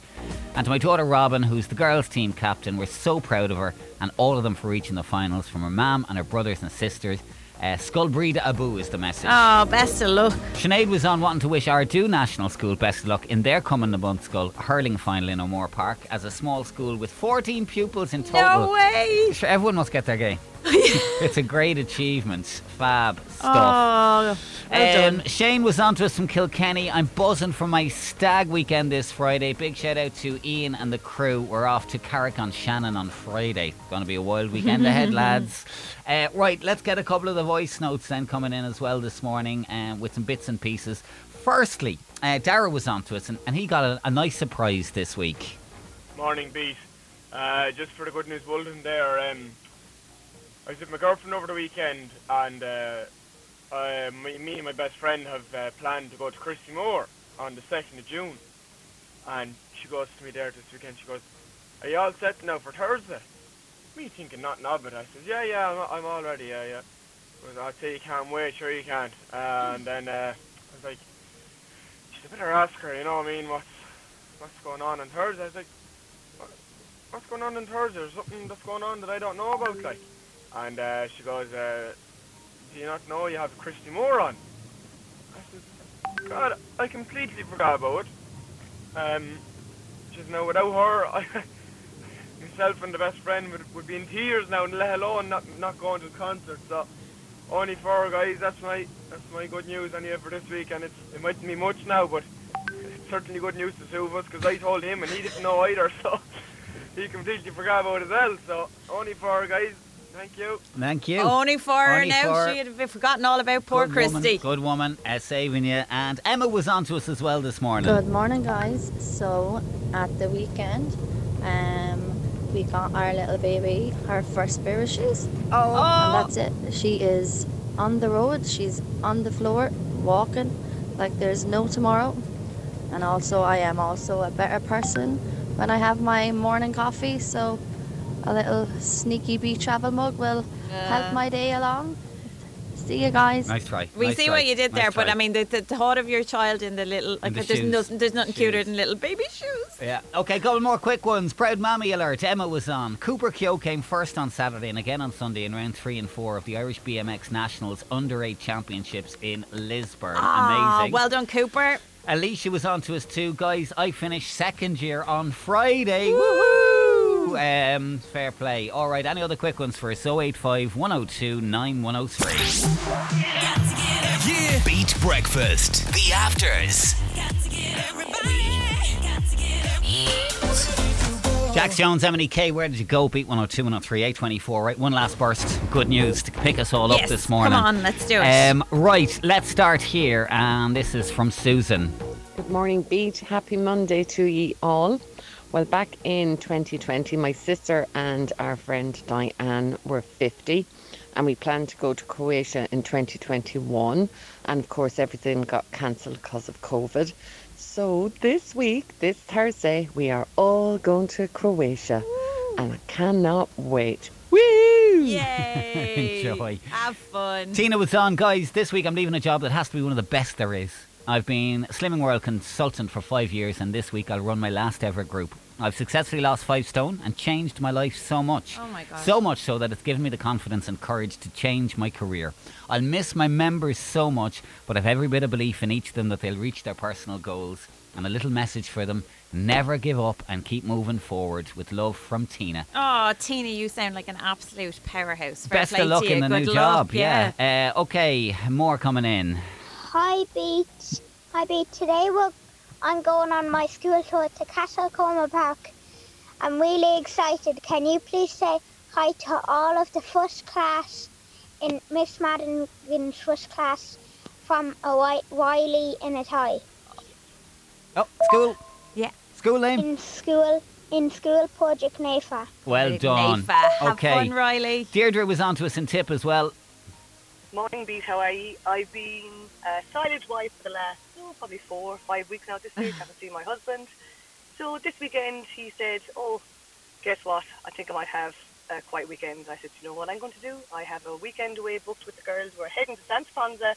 E: And to my daughter Robin, who's the girls' team captain, we're so proud of her and all of them for reaching the finals from her mum and her brothers and sisters. Uh, Sculbreda Abu is the message.
D: Oh, best of luck.
E: Sinead was on wanting to wish our Ardu National School best of luck in their coming the month skull hurling final in O'More Park as a small school with 14 pupils in total.
D: No way.
E: Sure, everyone must get their game. it's a great achievement. Fab stuff.
D: Oh, well
E: Um,
D: done.
E: Shane was on to us from Kilkenny. I'm buzzing for my stag weekend this Friday. Big shout out to Ian and the crew. We're off to Carrick on Shannon on Friday. Going to be a wild weekend ahead, lads. Uh, right, let's get a couple of the voice notes then coming in as well this morning um, with some bits and pieces. Firstly, uh, Dara was on to us and, and he got a, a nice surprise this week.
H: Morning, Beat. Uh, just for the good news bulletin there, um, I was with my girlfriend over the weekend, and uh, uh, me, me and my best friend have uh, planned to go to Christy Moore on the 2nd of June. And she goes to me there this weekend, she goes, are you all set now for Thursday? Me thinking nothing of it. I says, yeah, yeah, I'm, I'm all ready, yeah, yeah. She goes, I'll tell you, you can't wait, sure you can't. Uh, and then uh, I was like, she's a better ask her, you know what I mean, what's, what's going on on Thursday? I was like, what's going on on Thursday? There's something that's going on that I don't know about, like. And uh, she goes, uh, do you not know you have Christy Moore on? I says, uh, God, I completely forgot about it. Um, she says, now without her, I, myself and the best friend would, would be in tears now, and let alone not, not going to the concert, so... Only four guys, that's my that's my good news anyway for this week, and it's, it mightn't be much now, but it's certainly good news to two of us, because I told him and he didn't know either, so he completely forgot about it as well. So only four guys. Thank you.
E: Thank you.
D: Only for her
E: Only
D: now,
E: for-
D: she would have forgotten all about Oh, poor
E: Good
D: Christy.
E: Woman, good woman, uh, saving you. And Emma was on to us as well this morning.
I: Good morning, guys. So, at the weekend, um, we got our little baby her first pair of shoes, and
D: Oh,
I: that's it. She is on the road, she's on the floor, walking like there's no tomorrow. And also, I am also a better person when I have my morning coffee, so a little sneaky bee travel mug will help my day along. See you guys.
E: Nice try.
D: we
E: nice
D: see
E: try,
D: what you did
E: nice
D: there, but
E: try.
D: I mean, the, the thought of your child in the little, like,
E: the
D: there's,
E: shoes.
D: nothing, there's nothing cuter
E: Shoes.
D: than little baby shoes.
E: Yeah. Okay, couple more quick ones. Proud Mammy alert. Emma was on. Cooper Keogh came first on Saturday and again on Sunday in round three and four of the Irish BMX Nationals Under Eight Championships in Lisburn.
D: Ah,
E: Amazing.
D: Well done, Cooper.
E: Alicia was on to us too, guys. I finished second year on Friday. Woohoo! Um, fair play. All right. Any other quick ones for us? 085 102 9103.
B: Got to get up,
F: Yeah. Beat Breakfast. The Afters.
B: got to get everybody. Got to get up.
E: Jack Jones, Emily K, where did you go? Beat 102, 103, 824. Right, one last burst. Good news to pick us all up
D: Yes,
E: this
D: come
E: morning.
D: on, let's do it.
E: Um, right, let's start here. And this is from Susan.
J: Good morning, Beat. Happy Monday to ye all. Well, back in 2020, my sister and our friend Diane were 50, and we planned to go to Croatia in 2021. And of course, everything got cancelled because of COVID. So this week, this Thursday, we are all going to Croatia, and I cannot wait. Woo!
D: Yay!
E: Enjoy.
D: Have fun.
E: Tina was on, guys. This week I'm leaving a job that has to be one of the best there is. I've been Slimming World consultant for five years, and this week I'll run my last ever group. I've successfully lost five stone and changed my life so much.
D: Oh my gosh.
E: So much so that it's given me the confidence and courage to change my career. I'll miss my members so much, but I've every bit of belief in each of them that they'll reach their personal goals. And a little message for them never give up and keep moving forward. With love from Tina.
D: Oh, Tina, you sound like an absolute powerhouse. Fair
E: Best
D: play
E: of luck
D: to you.
E: in the
D: Good
E: new
D: luck.
E: job. yeah. Uh, okay, more coming in.
K: Hi, Beat. Hi, Beat. Today we're, I'm going on my school tour to Castle Coma Park. I'm really excited. Can you please say hi to all of the first class in Miss Madigan's first class from a wi- Wiley in a tie?
E: Oh, school.
D: Yeah.
E: School name.
K: In school, in school project NAFA.
E: Well
D: Big
E: done.
D: Nafa. Have
E: okay.
D: fun, Riley.
E: Deirdre was on to us in tip as well.
J: Morning, Beat. How are you? I've been a silent wife for the last oh, probably four or five weeks now. This week, haven't seen my husband. So this weekend, he said, "Oh, guess what? I think I might have a quiet weekend." I said, "You know what I'm going to do? I have a weekend away booked with the girls. We're heading to San Ponza,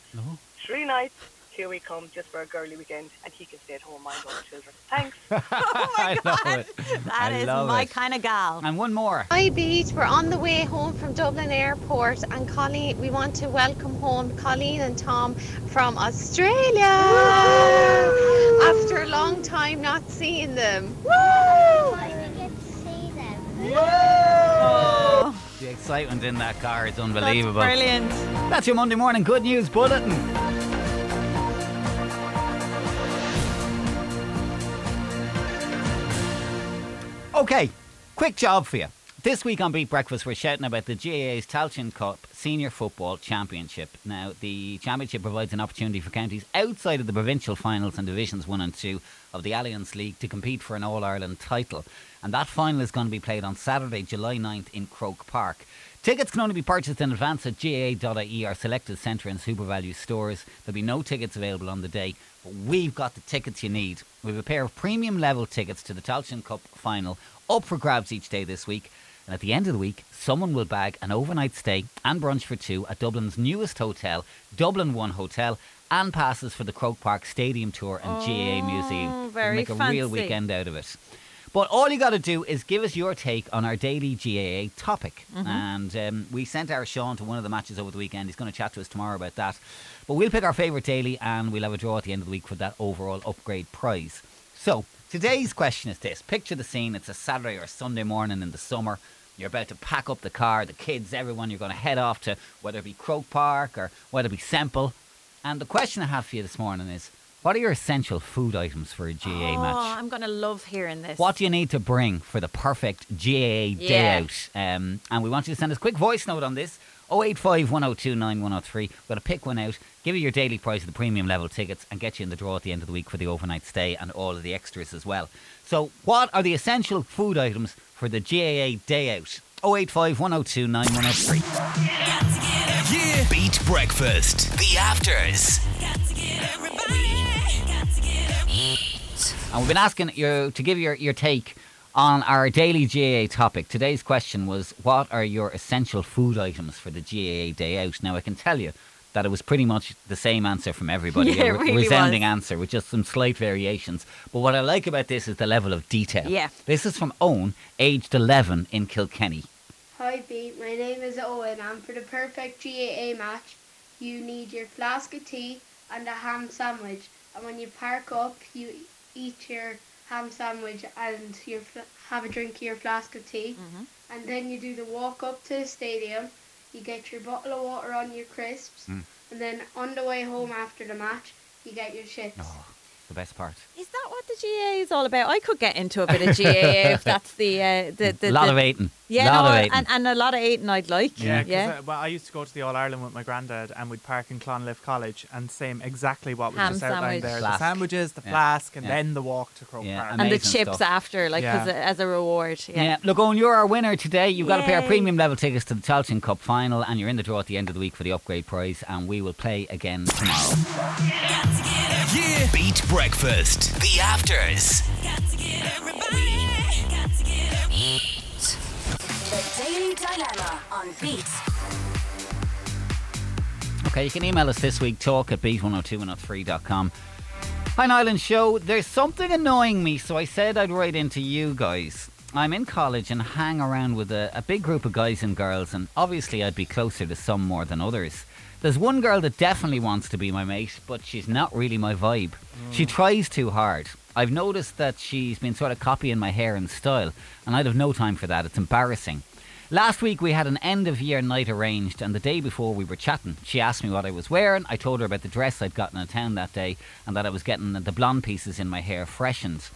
J: three nights. Here we come, just for a girly weekend, and he can stay at home. I'm going children. Thanks."
D: Oh my
E: I
D: God.
E: love it.
D: That
E: I
D: is
E: love
D: my
E: it.
D: kind of gal.
E: And one more.
K: Hi, Beat. We're on the way home from Dublin Airport, and Colleen, we want to welcome home Colleen and Tom from Australia. After a long time not seeing them.
E: The excitement in that car is unbelievable.
D: That's brilliant.
E: That's your Monday morning good news bulletin. Okay, quick job for you. This week on Beat Breakfast, we're shouting about the GAA's Talchin Cup Senior Football Championship. Now, the championship provides an opportunity for counties outside of the provincial finals and divisions one and two of the Alliance League to compete for an All Ireland title. And that final is going to be played on Saturday, July 9th in Croke Park. Tickets can only be purchased in advance at GAA.ie or E selected centre and supervalue stores. There'll be no tickets available on the day, but we've got the tickets you need. We have a pair of premium level tickets to the Talchin Cup final up for grabs each day this week. And at the end of the week, someone will bag an overnight stay and brunch for two at Dublin's newest hotel, Dublin One Hotel, and passes for the Croke Park Stadium Tour and GAA Museum. You can
D: Oh, very
E: Make a
D: fancy.
E: real weekend out of it. But all you got to do is give us your take on our daily GAA topic. And um, we sent our Sean to one of the matches over the weekend. He's going to chat to us tomorrow about that. But we'll pick our favourite daily and we'll have a draw at the end of the week for that overall upgrade prize. So today's question is this Picture the scene. It's a Saturday or Sunday morning in the summer. You're about to pack up the car, the kids, everyone. You're going to head off to whether it be Croke Park or whether it be Semple. And the question I have for you this morning is what are your essential food items for a GAA
D: oh,
E: match?
D: I'm going to love hearing this.
E: What do you need to bring for the perfect GAA day
D: Yeah.
E: out? Um, and we want you to send us a quick voice note on this 085 102 9103. We're going to pick one out, give you your daily price of the premium level tickets, and get you in the draw at the end of the week for the overnight stay and all of the extras as well. So, what are the essential food items for the GAA day out? 085 102 9103.
B: Got to get every-
F: Yeah. Beat Breakfast. The Afters.
B: got to get everybody. Got to get every-
E: And we've been asking you to give your, your take on our daily GAA topic. Today's question was What are your essential food items for the GAA day out? Now, I can tell you that it was pretty much the same answer from everybody.
D: Yeah,
E: a
D: it really
E: resounding
D: was.
E: answer with just some slight variations. But what I like about this is the level of detail.
D: Yeah.
E: This is from Owen, aged 11 in Kilkenny.
K: Hi, Beat. My name is Owen, and for the perfect GAA match, you need your flask of tea and a ham sandwich. And when you park up, you eat your ham sandwich and your fl- have a drink of your flask of tea.
D: Mm-hmm.
K: And then you do the walk up to the stadium. You get your bottle of water on your crisps, and then on the way home after the match, you get your chips.
E: Oh, the best part.
D: Is that what the GAA is all about? I could get into a bit of GAA if that's the uh, the, the
E: A lot
D: the-
E: of eating.
D: Yeah,
E: Lot
D: no,
E: of eating.
D: and and a lot of eating I'd like.
A: Yeah,
D: Yeah,
A: 'cause I, well, I used to go to the All Ireland with my granddad, and we'd park in Clonliffe College, and same exactly what was
D: Ham
A: just outlined
D: sandwich.
A: there: the
E: Flask.
A: sandwiches, the
E: Yeah,
A: flask, and
E: yeah.
A: then the walk to Croke
E: Yeah,
A: Park.
D: and the
E: amazing
D: chips
E: stuff.
D: after, like
A: Yeah.
D: as, a, as a reward. Yeah.
E: Yeah, look, Owen, you're our winner today. You've got a pair of
D: Yay.
E: premium level tickets to the Charlton Cup final, and you're in the draw at the end of the week for the upgrade prize, and we will play again tomorrow.
F: Yeah. Beat breakfast. The afters.
C: The Daily Dilemma on Beat.
E: Okay, you can email us this week, talk at beat102103.com. Hi, Island Show. There's something annoying me, so I said I'd write into you guys. I'm in college and hang around with a, a big group of guys and girls, and obviously I'd be closer to some more than others. There's one girl that definitely wants to be my mate, but she's not really my vibe. She tries too hard. I've noticed that she's been sort of copying my hair and style, and I'd have no time for that. It's embarrassing. Last week we had an end of year night arranged, and the day before we were chatting. She asked me what I was wearing. I told her about the dress I'd gotten out of town that day, and that I was getting the blonde pieces in my hair freshened.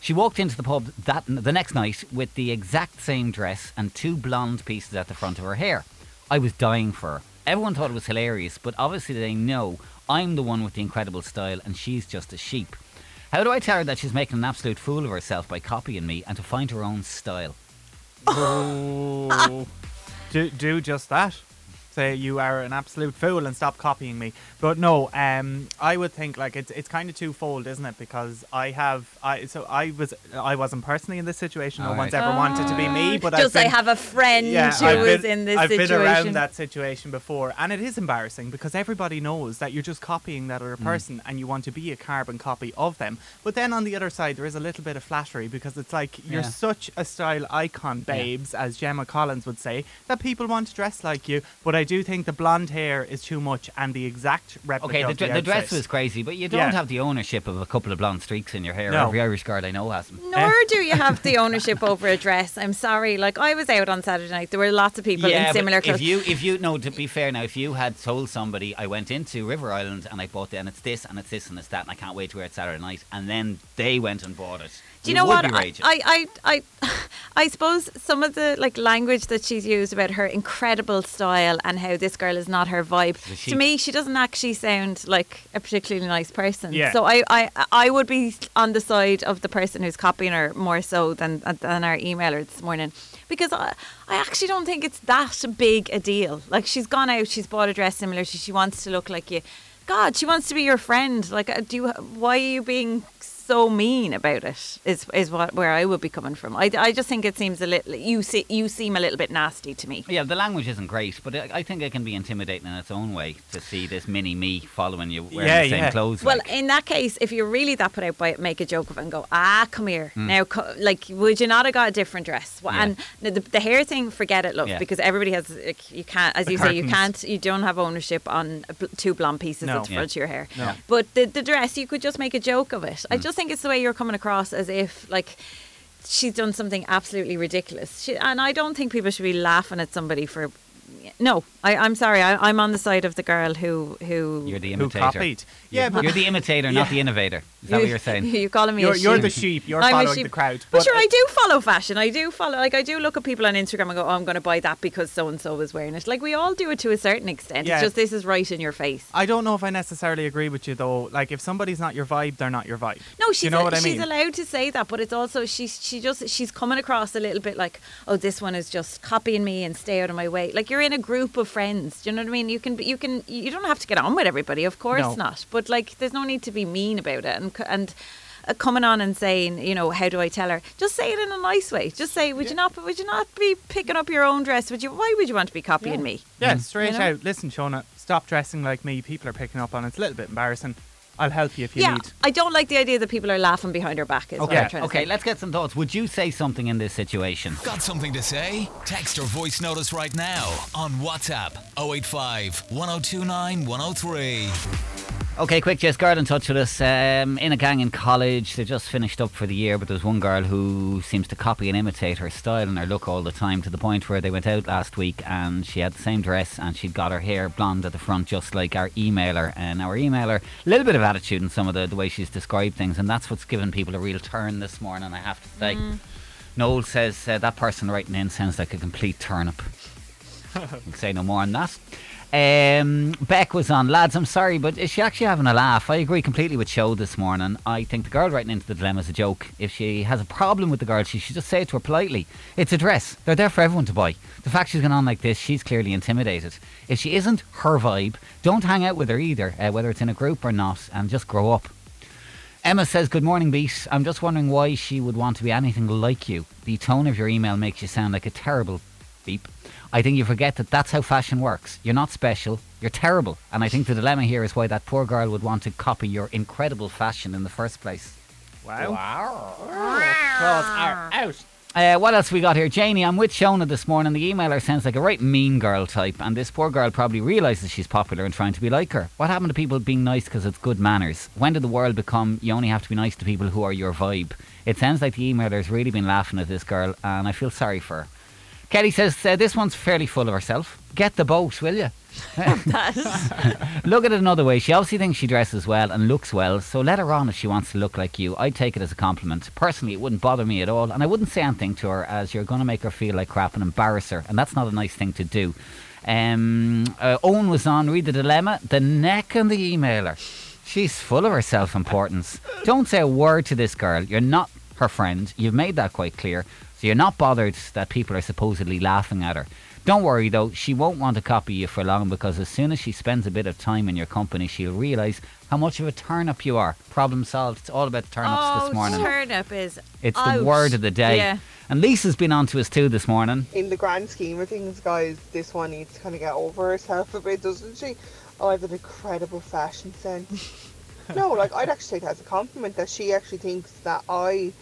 E: She walked into the pub that the next night with the exact same dress and two blonde pieces at the front of her hair. I was dying for her. Everyone thought it was hilarious, but obviously they know I'm the one with the incredible style, and she's just a sheep. How do I tell her that she's making an absolute fool of herself by copying me and to find her own style?
A: Oh. do do just that. Say you are an absolute fool and stop copying me. But no, um, I would think like it's it's kind of twofold, isn't it? Because I have I so I was I wasn't personally in this situation. no
E: All
A: one's
E: right.
A: ever wanted to be me, but
D: Oh. Just
A: I've
D: I
A: been,
D: have a friend who
A: I've
D: was
A: been-
D: in this
A: I've
D: situation.
A: been around that eh? situation before, and it is embarrassing because everybody knows that you're just copying that
E: Mm.
A: other person, and you want to be a carbon copy of them. But then on the other side, there is a little bit of flattery because it's like you're
E: Yeah.
A: such a style icon,
E: Yeah.
A: babes, as Gemma Collins would say, that people want to dress like you. But I do think the blonde hair is too much, and the exact replica.
E: Okay, the,
A: of the,
E: dre- the dress
A: outfit.
E: was crazy, but you don't
A: Yeah.
E: have the ownership of a couple of blonde streaks in your hair.
A: No.
E: Every Irish girl I know has them.
D: Nor do you have the ownership over a dress. I'm sorry. Like I was out on Saturday night. There were lots of people in
E: but
D: similar clothes.
E: if you, if you, no, to be fair now, if you had told somebody I went into River Island and I bought it and it's this and it's this and it's that and I can't wait to wear it Saturday night, and then they went and bought it,
D: do you know
E: would
D: what?
E: Be
D: I,
E: raging.
D: I, I, I, I suppose some of the like language that she's used about her incredible style and how this girl is not her
E: a
D: vibe.
E: sheep.
D: To me, she doesn't actually sound like a particularly nice person.
A: Yeah.
D: So I, I, I would be on the side of the person who's copying her more so than uh, than our emailer this morning. Because I, I actually don't think it's that big a deal. Like she's gone out, she's bought a dress similar to, she wants to look like you. God, she wants to be your friend. Like, uh, do you, why are you being so mean about it? Is is what where I would be coming from. I, I just think it seems a little. You see, you seem a little bit nasty to me.
E: yeah, the language isn't great, but I, I think it can be intimidating in its own way to see this mini me following you wearing
A: Yeah,
E: the same
A: yeah.
E: clothes.
D: Well,
E: like.
D: in that case, if you're really that put out by it, make a joke of it and go, ah, come here. Now, co- like, would you not have got a different dress? Wha-
E: Yeah.
D: And the, the, the hair thing, forget it, love,
E: Yeah.
D: because everybody has, like, you can't, as
A: The
D: you say, you
A: curtains.
D: can't, you don't have ownership on a bl- two blonde pieces
A: No.
D: at the front of your hair.
A: No.
D: But the, the dress, you could just make a joke of it. I just think it's the way you're coming across as if, like, she's done something absolutely ridiculous. She, and I don't think people should be laughing at somebody for. No, I, I'm sorry. I, I'm on the side of the girl who who
E: you're the
A: who
E: imitator.
A: copied. Yeah,
E: You're-
A: but
E: you're the imitator, not
A: Yeah.
E: the innovator. Is that what you're saying?
D: You're calling me
A: you're,
D: a sheep.
A: you're the sheep. You're
D: I'm a
A: following
D: sheep.
A: the crowd.
D: But sure, I do follow fashion. I do follow, like, I do look at people on Instagram and go, oh, I'm going to buy that because so and so was wearing it. Like, we all do it to a certain extent.
A: Yeah.
D: It's just this is right in your face.
A: I don't know if I necessarily agree with you though. Like, if somebody's not your vibe, they're not your vibe.
D: No,
A: Do
D: she's
A: you know
D: a-
A: what I
D: she's
A: mean?
D: allowed to say that, but it's also she's she just she's coming across a little bit like, oh, this one is just copying me and stay out of my way. Like you're in a group of friends, do you know what I mean? You can be- you can you don't have to get on with everybody, of course
A: No.
D: not. But like, there's no need to be mean about it and c- and. Uh, coming on and saying, you know, how do I tell her? Just say it in a nice way. Just say, would you not? Would you not be picking up your own dress? Would you? Why would you want to be copying me?
A: Yeah, straight
D: You know?
A: out. Listen, Shona, stop dressing like me. People are picking up on it. It's a little bit embarrassing. I'll help you if you
D: yeah,
A: need.
D: I don't like the idea that people are laughing behind her back. Is what I'm
E: Okay,
D: trying to
E: okay,
D: say.
E: let's get some thoughts. Would you say something in this situation?
F: Got something to say? Text or voice notice right oh now on WhatsApp 085 1029 103.
E: Okay, quick, Jess, Garden in touch with us. Um, in a gang in college, they just finished up for the year, but there's one girl who seems to copy and imitate her style and her look all the time to the point where they went out last week and she had the same dress and she'd got her hair blonde at the front, just like our emailer. And our emailer, a little bit of attitude in some of the, the way she's described things, and that's what's given people a real turn this morning, I have to say.
B: Mm.
E: Noel says uh, that person writing in sounds like a complete turnip. We'll say no more on that. Um, Beck was on. Lads, I'm sorry, but is she actually having a laugh? I agree completely with Show this morning. I think the girl writing into the dilemma is a joke. If she has a problem with the girl, she should just say it to her politely. It's a dress. They're there for everyone to buy. The fact she's going on like this, she's clearly intimidated. If she isn't her vibe, don't hang out with her either, uh, whether it's in a group or not, and just grow up. Emma says, Good morning, Beat. I'm just wondering why she would want to be anything like you. The tone of your email makes you sound like a terrible beep. I think you forget that that's how fashion works. You're not special, you're terrible. And I think the dilemma here is why that poor girl would want to copy your incredible fashion in the first place.
A: Wow.
E: Wow. Claws are out. Uh, what else we got here? Janie, I'm with Shona this morning. The emailer sounds like a right mean girl type, and this poor girl probably realises she's popular and trying to be like her. What happened to people being nice because it's good manners? When did the world become you only have to be nice to people who are your vibe? It sounds like the emailer's really been laughing at this girl, and I feel sorry for her. Kelly says, uh, This one's fairly full of herself. Get the boat, will you? Look at it another way. She obviously thinks she dresses well and looks well, so let her on if she wants to look like you. I'd take it as a compliment. Personally, it wouldn't bother me at all, and I wouldn't say anything to her as you're going to make her feel like crap and embarrass her, and that's not a nice thing to do. Um, uh, Owen was on, read the dilemma, the neck and the emailer. She's full of her self importance. Don't say a word to this girl. You're not her friend. You've made that quite clear. So you're not bothered that people are supposedly laughing at her. Don't worry though, she won't want to copy you for long because as soon as she spends a bit of time in your company, she'll realise how much of a turn up you are. Problem solved. It's all about turn ups
D: oh,
E: this morning.
D: turnip is.
E: it's
D: out.
E: the word of the day.
D: Yeah.
E: And Lisa's been on to us too this morning.
L: In the grand scheme of things, guys, this one needs to kind of get over herself a bit, doesn't she? Oh, I have an incredible fashion sense. no, like, I'd actually take that as a compliment that she actually thinks that I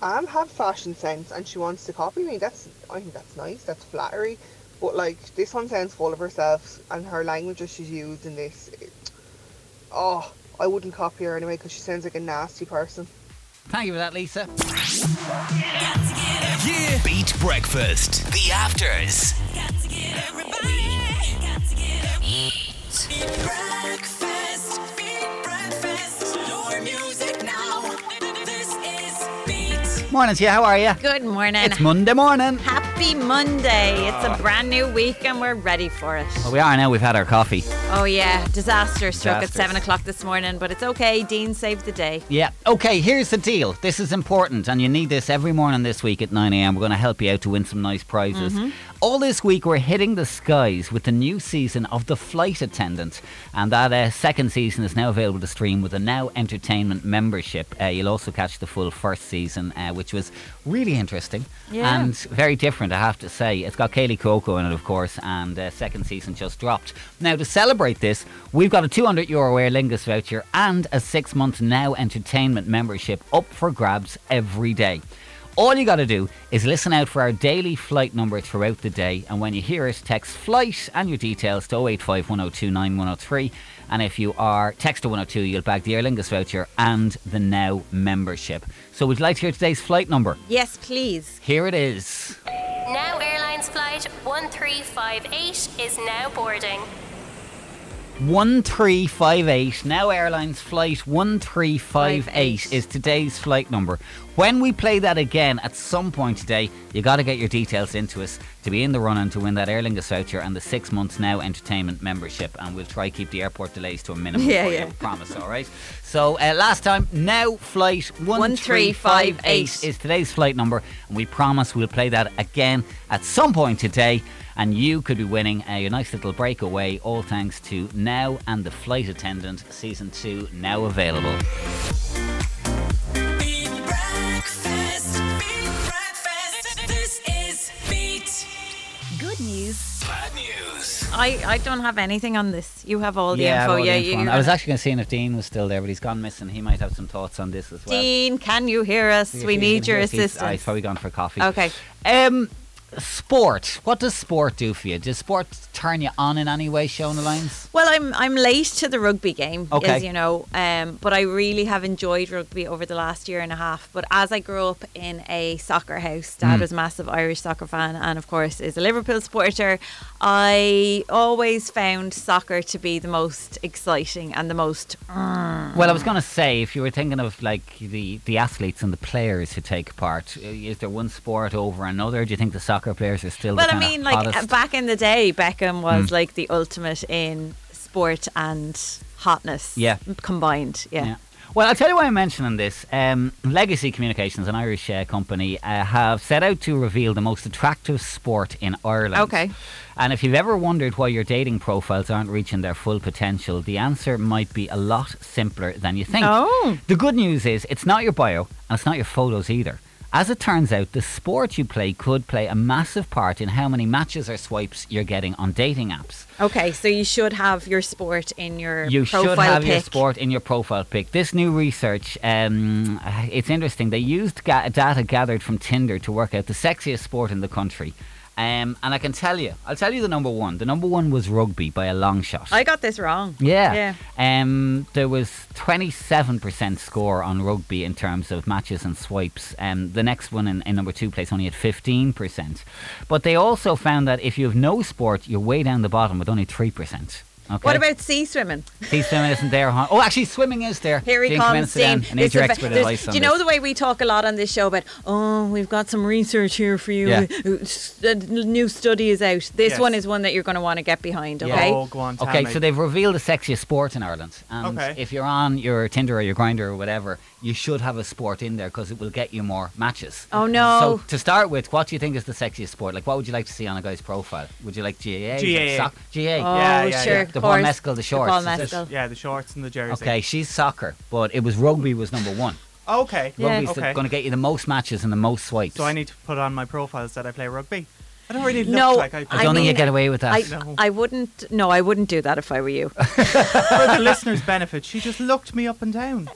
L: am have fashion sense and she wants to copy me. That's, I think that's nice, that's flattery. But, like, this one sounds full of herself and her language that she's used in this. it- oh, I wouldn't copy her anyway because she sounds like a nasty person.
E: Thank you for that, Lisa.
F: Yeah. Beat breakfast. The afters.
B: Breakfast, beat breakfast, your music now. This is beat.
E: Morning to you, how are you?
D: Good morning.
E: It's Monday morning.
D: Happy Monday. It's
E: Ah.
D: a brand new week and we're ready for it.
E: Well, we are now, we've had our coffee.
D: Oh, yeah. Disaster struck
E: Disasters.
D: at 7 o'clock this morning, but it's okay. Dean saved the day.
E: Yeah. Okay, here's the deal. This is important, and you need this every morning this week at 9 a.m. We're going to help you out to win some nice prizes.
D: Mhm.
E: All this week, we're hitting the skies with the new season of The Flight Attendant, and that uh, second season is now available to stream with a Now Entertainment membership. Uh, you'll also catch the full first season, uh, which was really interesting
M: Yeah.
E: and very different, I have to say. It's got Kaylee Coco in it, of course, and uh, second season just dropped. Now, to celebrate this, we've got a 200 euro Aer Lingus voucher and a six month Now Entertainment membership up for grabs every day. All you got to do is listen out for our daily flight number throughout the day, and when you hear it, text flight and your details to 085 102 9103. And if you are text to 102, you'll bag the Aer Lingus voucher and the Now membership. So, would you like to hear today's flight number?
D: Yes, please.
E: Here it is.
N: Now Airlines Flight 1358 is now boarding.
E: 1358. Now Airlines Flight 1358 is today's flight number. When we play that again at some point today, you got to get your details into us to be in the running to win that Aer Lingus voucher and the six months now entertainment membership. And we'll try keep the airport delays to a minimum.
D: Yeah,
E: for you,
D: yeah.
E: promise, all right? So uh, last time, now Flight 1358 is today's flight number. And we promise we'll play that again at some point today. And you could be winning a nice little breakaway, all thanks to Now and the Flight Attendant Season 2, now available.
B: Beat breakfast, beat breakfast. This is beat.
D: Good news.
F: Bad news.
D: I, I don't have anything on this. You have all the
E: I've
D: info.
E: already
D: yeah,
E: informed-
D: you.
E: I was actually going to see if Dean was still there, but he's gone missing. He might have some thoughts on this as well.
D: Dean, can you hear us?
E: See if
D: we
E: he
D: need
E: can
D: your
E: hear us. He's- ah, he's
D: assistance.
E: probably gone for coffee.
D: Okay.
E: Um, sport. What does sport do for you? Does sport turn you on in any way, Shona Lines?
D: Well, I'm I'm late to the rugby game,
E: Okay.
D: as you know, um, but I really have enjoyed rugby over the last year and a half. But as I grew up in a soccer house, Dad
M: Mm.
D: was a massive Irish soccer fan, and of course is a Liverpool supporter. I always found soccer to be the most exciting and the most.
E: Well, I was going to say, if you were thinking of like the, the athletes and the players who take part, i- is there one sport over another? Do you think the soccer players are still?
D: Well,
E: the
D: I
E: kinda
D: mean, like
E: hottest?
D: uh, back in the day, Beckham was
E: Mm.
D: like the ultimate in sport and hotness.
E: Yeah.
D: combined. yeah.
E: Well, I'll tell you why I'm mentioning this. Um, Legacy Communications, an Irish uh, company, uh, have set out to reveal the most attractive sport in Ireland.
D: Okay.
E: And if you've ever wondered why your dating profiles aren't reaching their full potential, the answer might be a lot simpler than you think.
D: Oh.
E: The good news is it's not your bio and it's not your photos either. As it turns out, the sport you play could play a massive part in how many matches or swipes you're getting on dating apps.
D: Okay, so you should have your sport in your
E: you
D: profile
E: should have
D: pic.
E: your sport in your profile pic. This new research, um, it's interesting. They used ga- data gathered from Tinder to work out the sexiest sport in the country. Um, and I can tell you, I'll tell you the number one. The number one was rugby by a long shot.
D: I got this wrong.
E: Yeah.
D: Yeah.
E: Um, there was 27% score on rugby in terms of matches and swipes. Um, the next one in, in number two place only at 15%. But they also found that if you have no sport, you're way down the bottom with only 3%. Okay.
D: What about sea swimming?
E: Sea swimming isn't there. hon- Oh, actually, swimming is there.
D: Here he
E: Dean, come in,
D: comes,
E: sit down.
D: Dean.
E: I need
D: This
E: your
D: is a-
E: expert
D: this-
E: advice on
D: Do you know
E: this.
D: the way we talk a lot on this show about, oh, we've got some research here for you.
E: Yeah.
D: Uh, s- A new study is out. This
E: Yes.
D: one is one that you're going to want to get behind, okay?
A: Oh,
E: okay, so they've revealed the sexiest sport in Ireland, and
D: Okay.
E: if you're on your Tinder or your Grinder or whatever, you should have a sport in there because it will get you more matches.
D: Oh, no.
E: So to start with, what do you think is the sexiest sport? Like, what would you like to see on a guy's profile? Would you like GAA? Is it
A: GAA.
E: soc- GAA.
A: Oh, Yeah, yeah, yeah. sure,
E: The
A: of
E: Paul
A: course.
E: Mescal, the
A: The
E: shorts. is
A: Paul
E: it?
A: Mescal. Yeah, the shorts and the jersey.
E: Okay, she's soccer, but it was rugby was number one.
A: Okay.
E: Rugby's
A: Okay.
E: going to get you the most matches and the most swipes.
A: So I need to put on my profiles that I play rugby. I don't really look
D: No,
A: like I. Play
E: I don't think you
A: rugby.
E: get away with that.
D: I,
A: No.
D: I wouldn't. No, I wouldn't do that if I were you.
A: For the listeners' benefit, she just looked me up and down.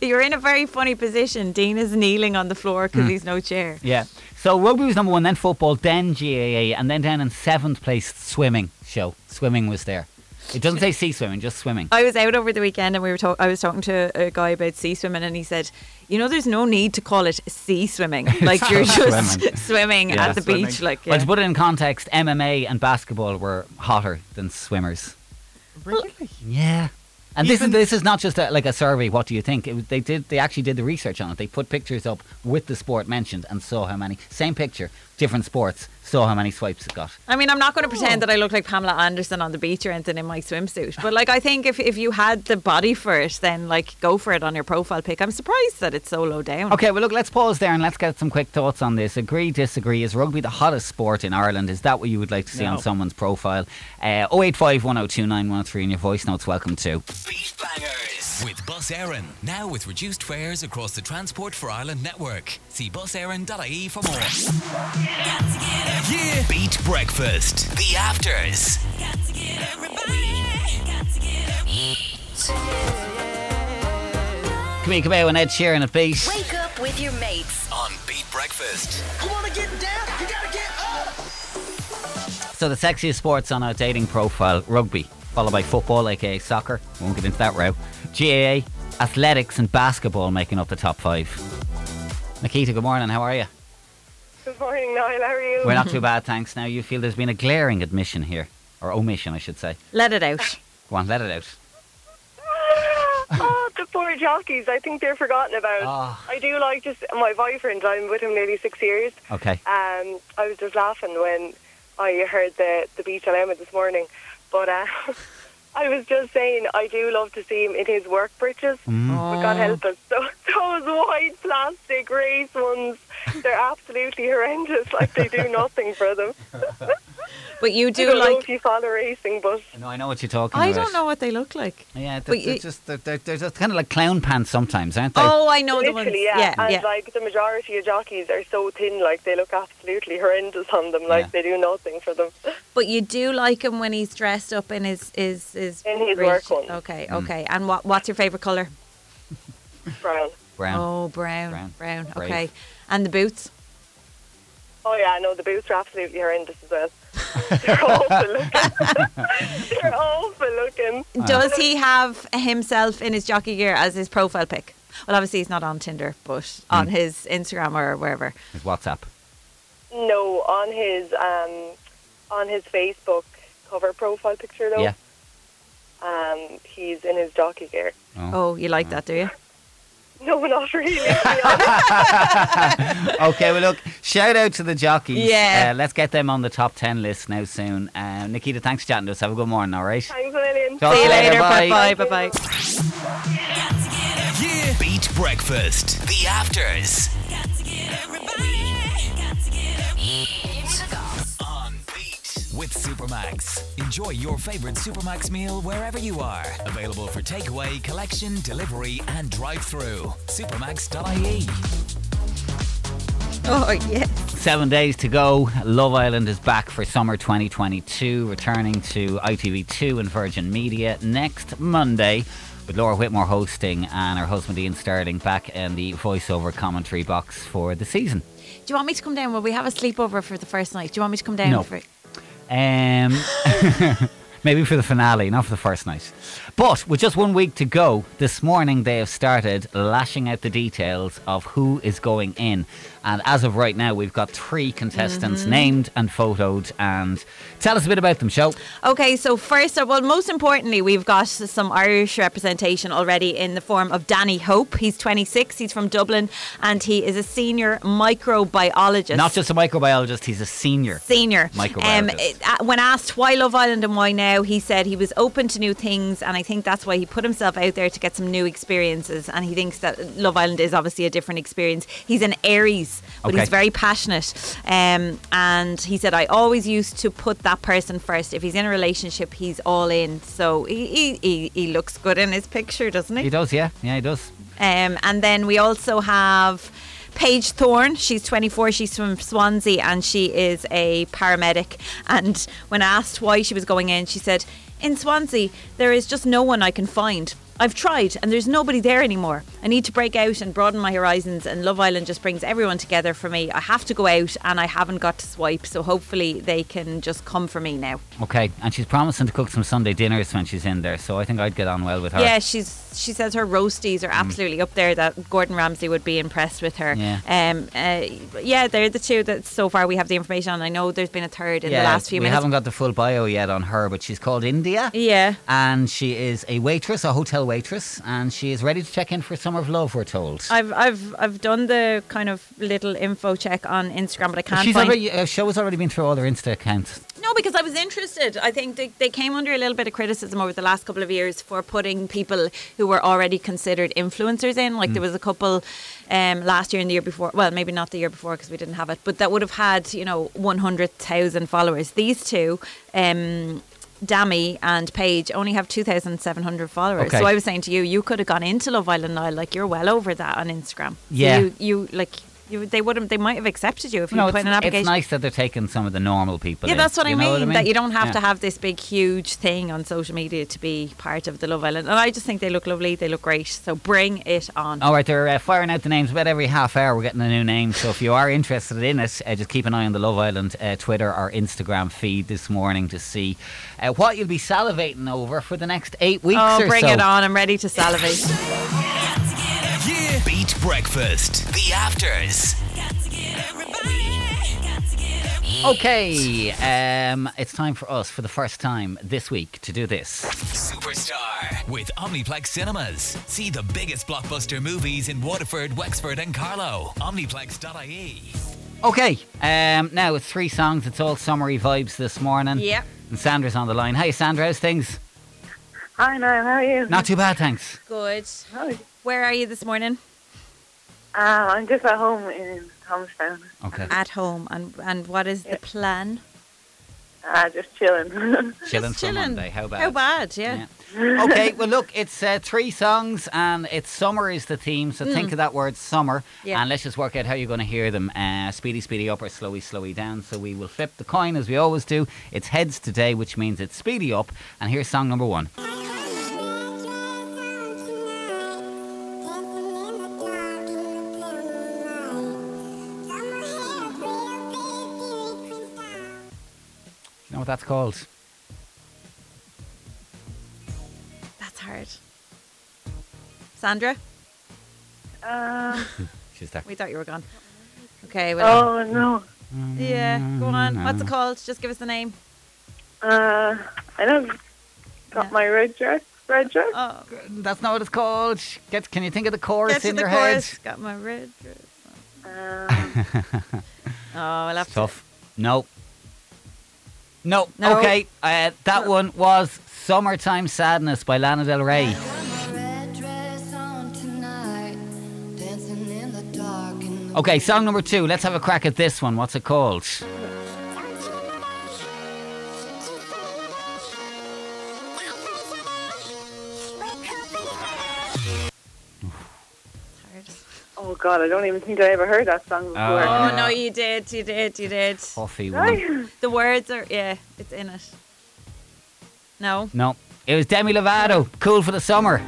D: You're in a very funny position. Dean is kneeling on the floor because
E: Mm.
D: he's no chair.
E: Yeah. So rugby was number one, then football, then GAA, and then down in seventh place, swimming. Show swimming was there. It doesn't say sea swimming, just swimming.
D: I was out over the weekend and we were talk- I was talking to a guy about sea swimming and he said, you know, there's no need to call it sea swimming. Like you're just swimming,
E: Yeah.
D: at the beach. Like
E: Well,
D: yeah.
E: to put it in context, MMA and basketball were hotter than swimmers.
A: Really?
E: Yeah. And this is this is not just a, like a survey. What do you think? It, was- they did they actually did the research on it. They put pictures up with the sport mentioned and saw how many same picture, different sports, saw how many swipes it got.
D: I mean, I'm not going to pretend that I look like Pamela Anderson on the beach or anything in my swimsuit, but like I think if if you had the body for it, then like go for it on your profile pic. I'm surprised that it's so low down.
E: Okay, well, look, let's pause there and let's get some quick thoughts on this. Agree, disagree. Is rugby the hottest sport in Ireland? Is that what you would like to see on
F: No.
E: someone's profile? Uh, 085 1029 103 in your voice notes. Welcome to.
F: Beat Bangers with Bus Aaron. Now with reduced fares across the Transport for Ireland network. See busaaron.ie for more. Yeah. Beat Breakfast. The Afters.
E: Come here, come here, and Ed Sheeran at Beat.
C: Wake up with your mates.
F: On Beat Breakfast.
B: You wanna get down? You gotta get up.
E: So, the sexiest sports on our dating profile rugby, followed by football, aka soccer. Won't get into that row. GAA, athletics, and basketball making up the top five. Nikita, good morning. How are you?
O: Good morning, Niall. How are you?
E: We're not too bad, thanks. Now, you feel there's been a glaring admission here, or omission, I should say.
D: Let it out.
E: Go on, let it out.
O: oh, the poor jockeys. I think they're forgotten about.
E: Ah.
O: I do like just my boyfriend. I'm with him nearly six years.
E: Okay.
D: Uh,
O: Um, I was just laughing when I heard the the beach dilemma this morning, but uh, I was just saying I do love to see him in his work breeches. But
D: Oh.
O: God help us, those, those white plastic race ones. They're absolutely horrendous. Like they do nothing for them.
D: But you
O: I
D: do
O: don't know
D: like.
O: if you follow racing, but
E: No, I know what you're talking
D: I
E: about.
D: don't know what they look like.
E: Yeah,
D: But
E: they're, they're
D: you-
E: just they're, they're, they're just kind of like clown pants sometimes, aren't they?
D: Oh, I know the ones.
O: Literally, yeah.
D: Yeah,
O: and
D: yeah.
O: like the majority of jockeys are so thin, like they look absolutely horrendous on them. Like they do nothing for them.
D: But you do like him when he's dressed up in his his his.
O: In his
D: bridge.
O: work one.
D: Okay,
E: Mm.
D: okay. And what what's your favorite color?
O: Brown.
E: Brown.
D: Oh, brown,
E: Brown.
D: brown.
E: Brave.
D: Okay, and the boots.
O: Oh yeah, no, the boots are absolutely horrendous as well. They're awful looking. They're awful looking.
E: Uh,
D: Does he have himself in his jockey gear as his profile pic? Well, obviously he's not on Tinder, but on
E: Mm.
D: his Instagram or wherever.
E: His WhatsApp.
O: No, on his um, on his Facebook cover profile picture though.
E: Yeah.
O: Um, he's in his jockey gear.
D: Oh, you like that, do you?
O: No, not really.
E: okay, well, look, shout out to the jockeys.
O: Yeah.
E: Uh, let's get them on the top 10 list now soon. Uh, Nikita, thanks for chatting to us. Have a good morning, all right?
O: Thanks, William.
E: Talk to you later, bye.
D: bye, bye.
F: Yeah. Beat breakfast. The afters. On Beat with Supermax. Enjoy your favorite Supermax meal wherever you are. Available for takeaway, collection, delivery, and drive-through. Supermax.ie.
D: Oh, yeah.
E: Seven days to go. Love Island is back for summer 2022, returning to ITV2 and Virgin Media next Monday. With Laura Whitmore hosting and her husband Ian Sterling back in the voiceover commentary box for the season.
D: Do you want me to come down? Will we have a sleepover for the first night? Do you want me to come down?
E: No.
D: For it?
E: Um, maybe for the finale, not for the first night. But with just one week to go, this morning they have started lashing out the details of who is going in. And as of right now, we've got three contestants
D: Mhm.
E: named and photoed. And tell us a bit about them, Shel.
D: Okay, so first, of well, most importantly, we've got some Irish representation already in the form of Danny Hope. He's 26, he's from Dublin, and he is a senior microbiologist.
E: Not just a microbiologist, he's a senior.
D: Senior.
E: Microbiologist.
D: it- uh, when asked why Love Island and why now, he said he was open to new things, and I think that's why he put himself out there to get some new experiences. And he thinks that Love Island is obviously a different experience. He's an Aries, but
E: Okay.
D: he's very passionate. Um, and he said, I always used to put that person first. If he's in a relationship, he's all in. So he, he, he, he looks good in his picture, doesn't he?
E: He does, yeah. Yeah, he does.
D: Um, and then we also have Paige Thorne. She's 24. She's from Swansea and she is a paramedic. And when asked why she was going in, she said, In Swansea, there is just no one I can find. I've tried and there's nobody there anymore. I need to break out and broaden my horizons, and Love Island just brings everyone together for me. I have to go out and I haven't got to swipe, so hopefully they can just come for me now.
E: Okay, and she's promising to cook some Sunday dinners when she's in there, so I think I'd get on well with her. Mm.
D: Yeah, she's she says her roasties are absolutely up there. That Gordon Ramsay would be impressed with her.
E: Yeah.
D: Um. Uh, yeah, they're the two that so far we have the information on. I know there's been a third in
E: Yeah,
D: the last few
E: we
D: minutes.
E: haven't got the full bio yet on her, but she's called India.
D: Yeah.
E: And she is a waitress, a hotel waitress, and she is ready to check in for Summer of Love, we're told.
D: I've I've I've done the kind of little info check on Instagram, but I can't
E: She's
D: find.
E: already, uh, show has already been through all her Insta accounts.
D: No, because I was interested. I think they, they came under a little bit of criticism over the last couple of years for putting people who were already considered influencers in. Like
E: Mm.
D: there was a couple um, last year and the year before. Well, maybe not the year before because we didn't have it, but that would have had you know one hundred thousand followers. These two. Um, Dammy and Paige only have 2,700 followers.
E: Okay.
D: So I was saying to you, you could have gone into Love Island now, like you're well over that on Instagram. So
E: Yeah.
D: you, you like, you, they would have, they might have accepted you if you
E: No,
D: put
E: it's,
D: in an application.
E: it's nice that they're taking some of the normal people.
D: Yeah,
E: in,
D: that's what, I,
E: you know
D: mean,
E: what I mean.
D: That you don't have
E: Yeah.
D: to have this big, huge thing on social media to be part of the Love Island. And I just think they look lovely. They look great. So bring it on.
E: All right, they're uh, firing out the names about every half hour. We're getting a new name, so if you are interested in it, uh, just keep an eye on the Love Island uh, Twitter or Instagram feed this morning to see uh, what you'll be salivating over for the next eight weeks.
D: oh,
E: or
D: bring
E: so.
D: it on. I'm ready to salivate.
F: Yeah. Beat breakfast. The afters.
E: Okay, um, it's time for us for the first time this week to do this.
F: Superstar with Omniplex Cinemas. See the biggest blockbuster movies in Waterford, Wexford, and Carlow. Omniplex.ie.
E: Okay, um, now it's three songs. It's all summery vibes this morning.
F: Yep.
E: And Sandra's on the line. Hey, Sandra, how's things?
M: Hi, now, how are you?
E: Not too bad, thanks.
D: Good. Where are you this morning?
M: Uh, I'm just at home in Thomastown,
E: Okay.
D: At home. And, and what is the plan?
M: uh, just chilling.
E: Chilling
D: Just
E: for
D: chilling.
E: Monday. How bad?
D: How bad, yeah.
E: okay, well, look, it's uh, three songs and it's summer is the theme, so think
D: Mm.
E: of that word summer
D: Yeah.
E: and let's just work out how you're going to hear them. Uh, speedy, speedy up or slowy, slowy down. So we will flip the coin as we always do. It's heads today, which means it's speedy up. And here's song number one. you know what that's called?
D: That's hard. Sandra? Um,
E: She's there.
D: we thought you were gone. Okay.
M: Oh, no.
D: Yeah, go
E: Mm,
D: on. What's it called? Just give us the name.
M: Uh, I know. Got my red dress. Red dress.
D: Oh,
E: That's not what it's called. Get, can you think of the chorus
D: get to
E: in
D: the
E: your
D: chorus. Got my red dress.
M: Um,
E: head?
D: oh, I'll have
E: It's
D: to.
E: tough. No. No.
D: No.
E: Okay. Uh, that one was "Summertime Sadness" by Lana Del Rey. Okay, song number two. Let's have a crack at this one. What's it called?
M: Oh God, I don't even think I ever heard that song before.
E: Oh.
D: Oh, no, you did. You did. You did.
E: Puffy one.
D: The words are, yeah, it's in it. No.
E: No. It was Demi Lovato. Cool for the summer.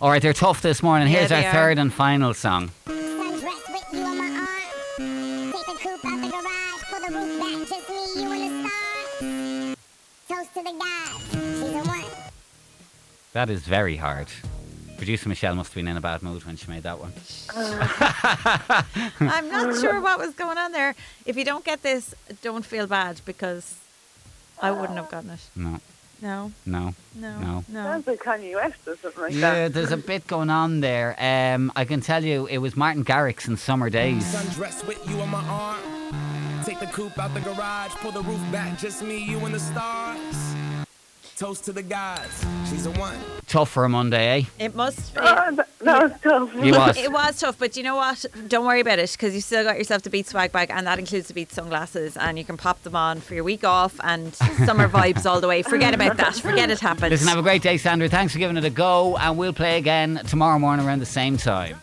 E: All right, they're tough this morning.
B: Yeah,
E: Here's our
B: they are.
E: third and final song. That is very hard. Producer Michelle must have been in a bad mood when she made that one.
D: I'm not sure what was going on there. If you don't get this, don't feel bad because I wouldn't have gotten it.
E: No,
D: No,
E: no,
D: no,
E: no.
M: Sounds like Kanye West or something like that.
E: Yeah, there's a bit going on there. Um, I can tell you, it was Martin Garrix in Summer Days.
B: Sundress with you on my arm. Take the coupe out the garage, pull the roof back, just me, you, and the stars. Toast to the gods, she's a one.
E: Tough for a Monday, eh?
D: It must.
M: Oh, that, that was tough.
E: It was.
D: It was tough, but you know what? Don't worry about it because you still got yourself the Beat swag bag, and that includes the Beat sunglasses, and you can pop them on for your week off and summer vibes all the way. Forget about that. Forget it happened.
E: Listen, have a great day, Sandra. Thanks for giving it a go, and we'll play again tomorrow morning around the same time.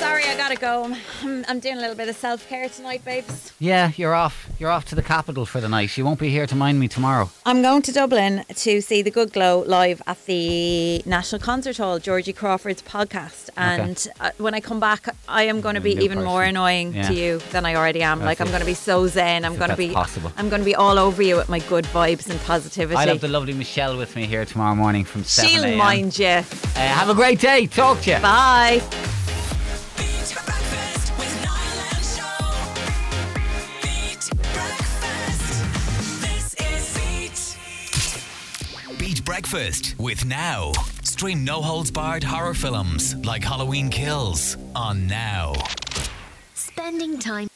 D: Sorry, I gotta go. I'm, I'm doing a little bit of self care tonight, babes.
E: Yeah, you're off. You're off to the capital for the night. You won't be here to mind me tomorrow.
D: I'm going to Dublin to see the Good Glow live at the National Concert Hall, Georgie Crawford's podcast. And uh, when I come back, I am going to be
E: You're a new
D: even more
E: person.
D: annoying
E: Yeah.
D: to you than I already am.
E: I
D: like I'm
E: feel-
D: going to be so zen. I'm
E: feel
D: going to
E: that's
D: be
E: possible.
D: I'm going to be all over you with my good vibes and positivity.
E: I'll have the lovely Michelle with me here tomorrow morning from 7
D: She'll
E: a.m.
D: mind you.
E: Uh, have a great day. Talk to you.
D: Bye.
B: This is Beat.
F: Beat Breakfast with Now. Stream no holds barred horror films like Halloween Kills on Now.
C: Spending time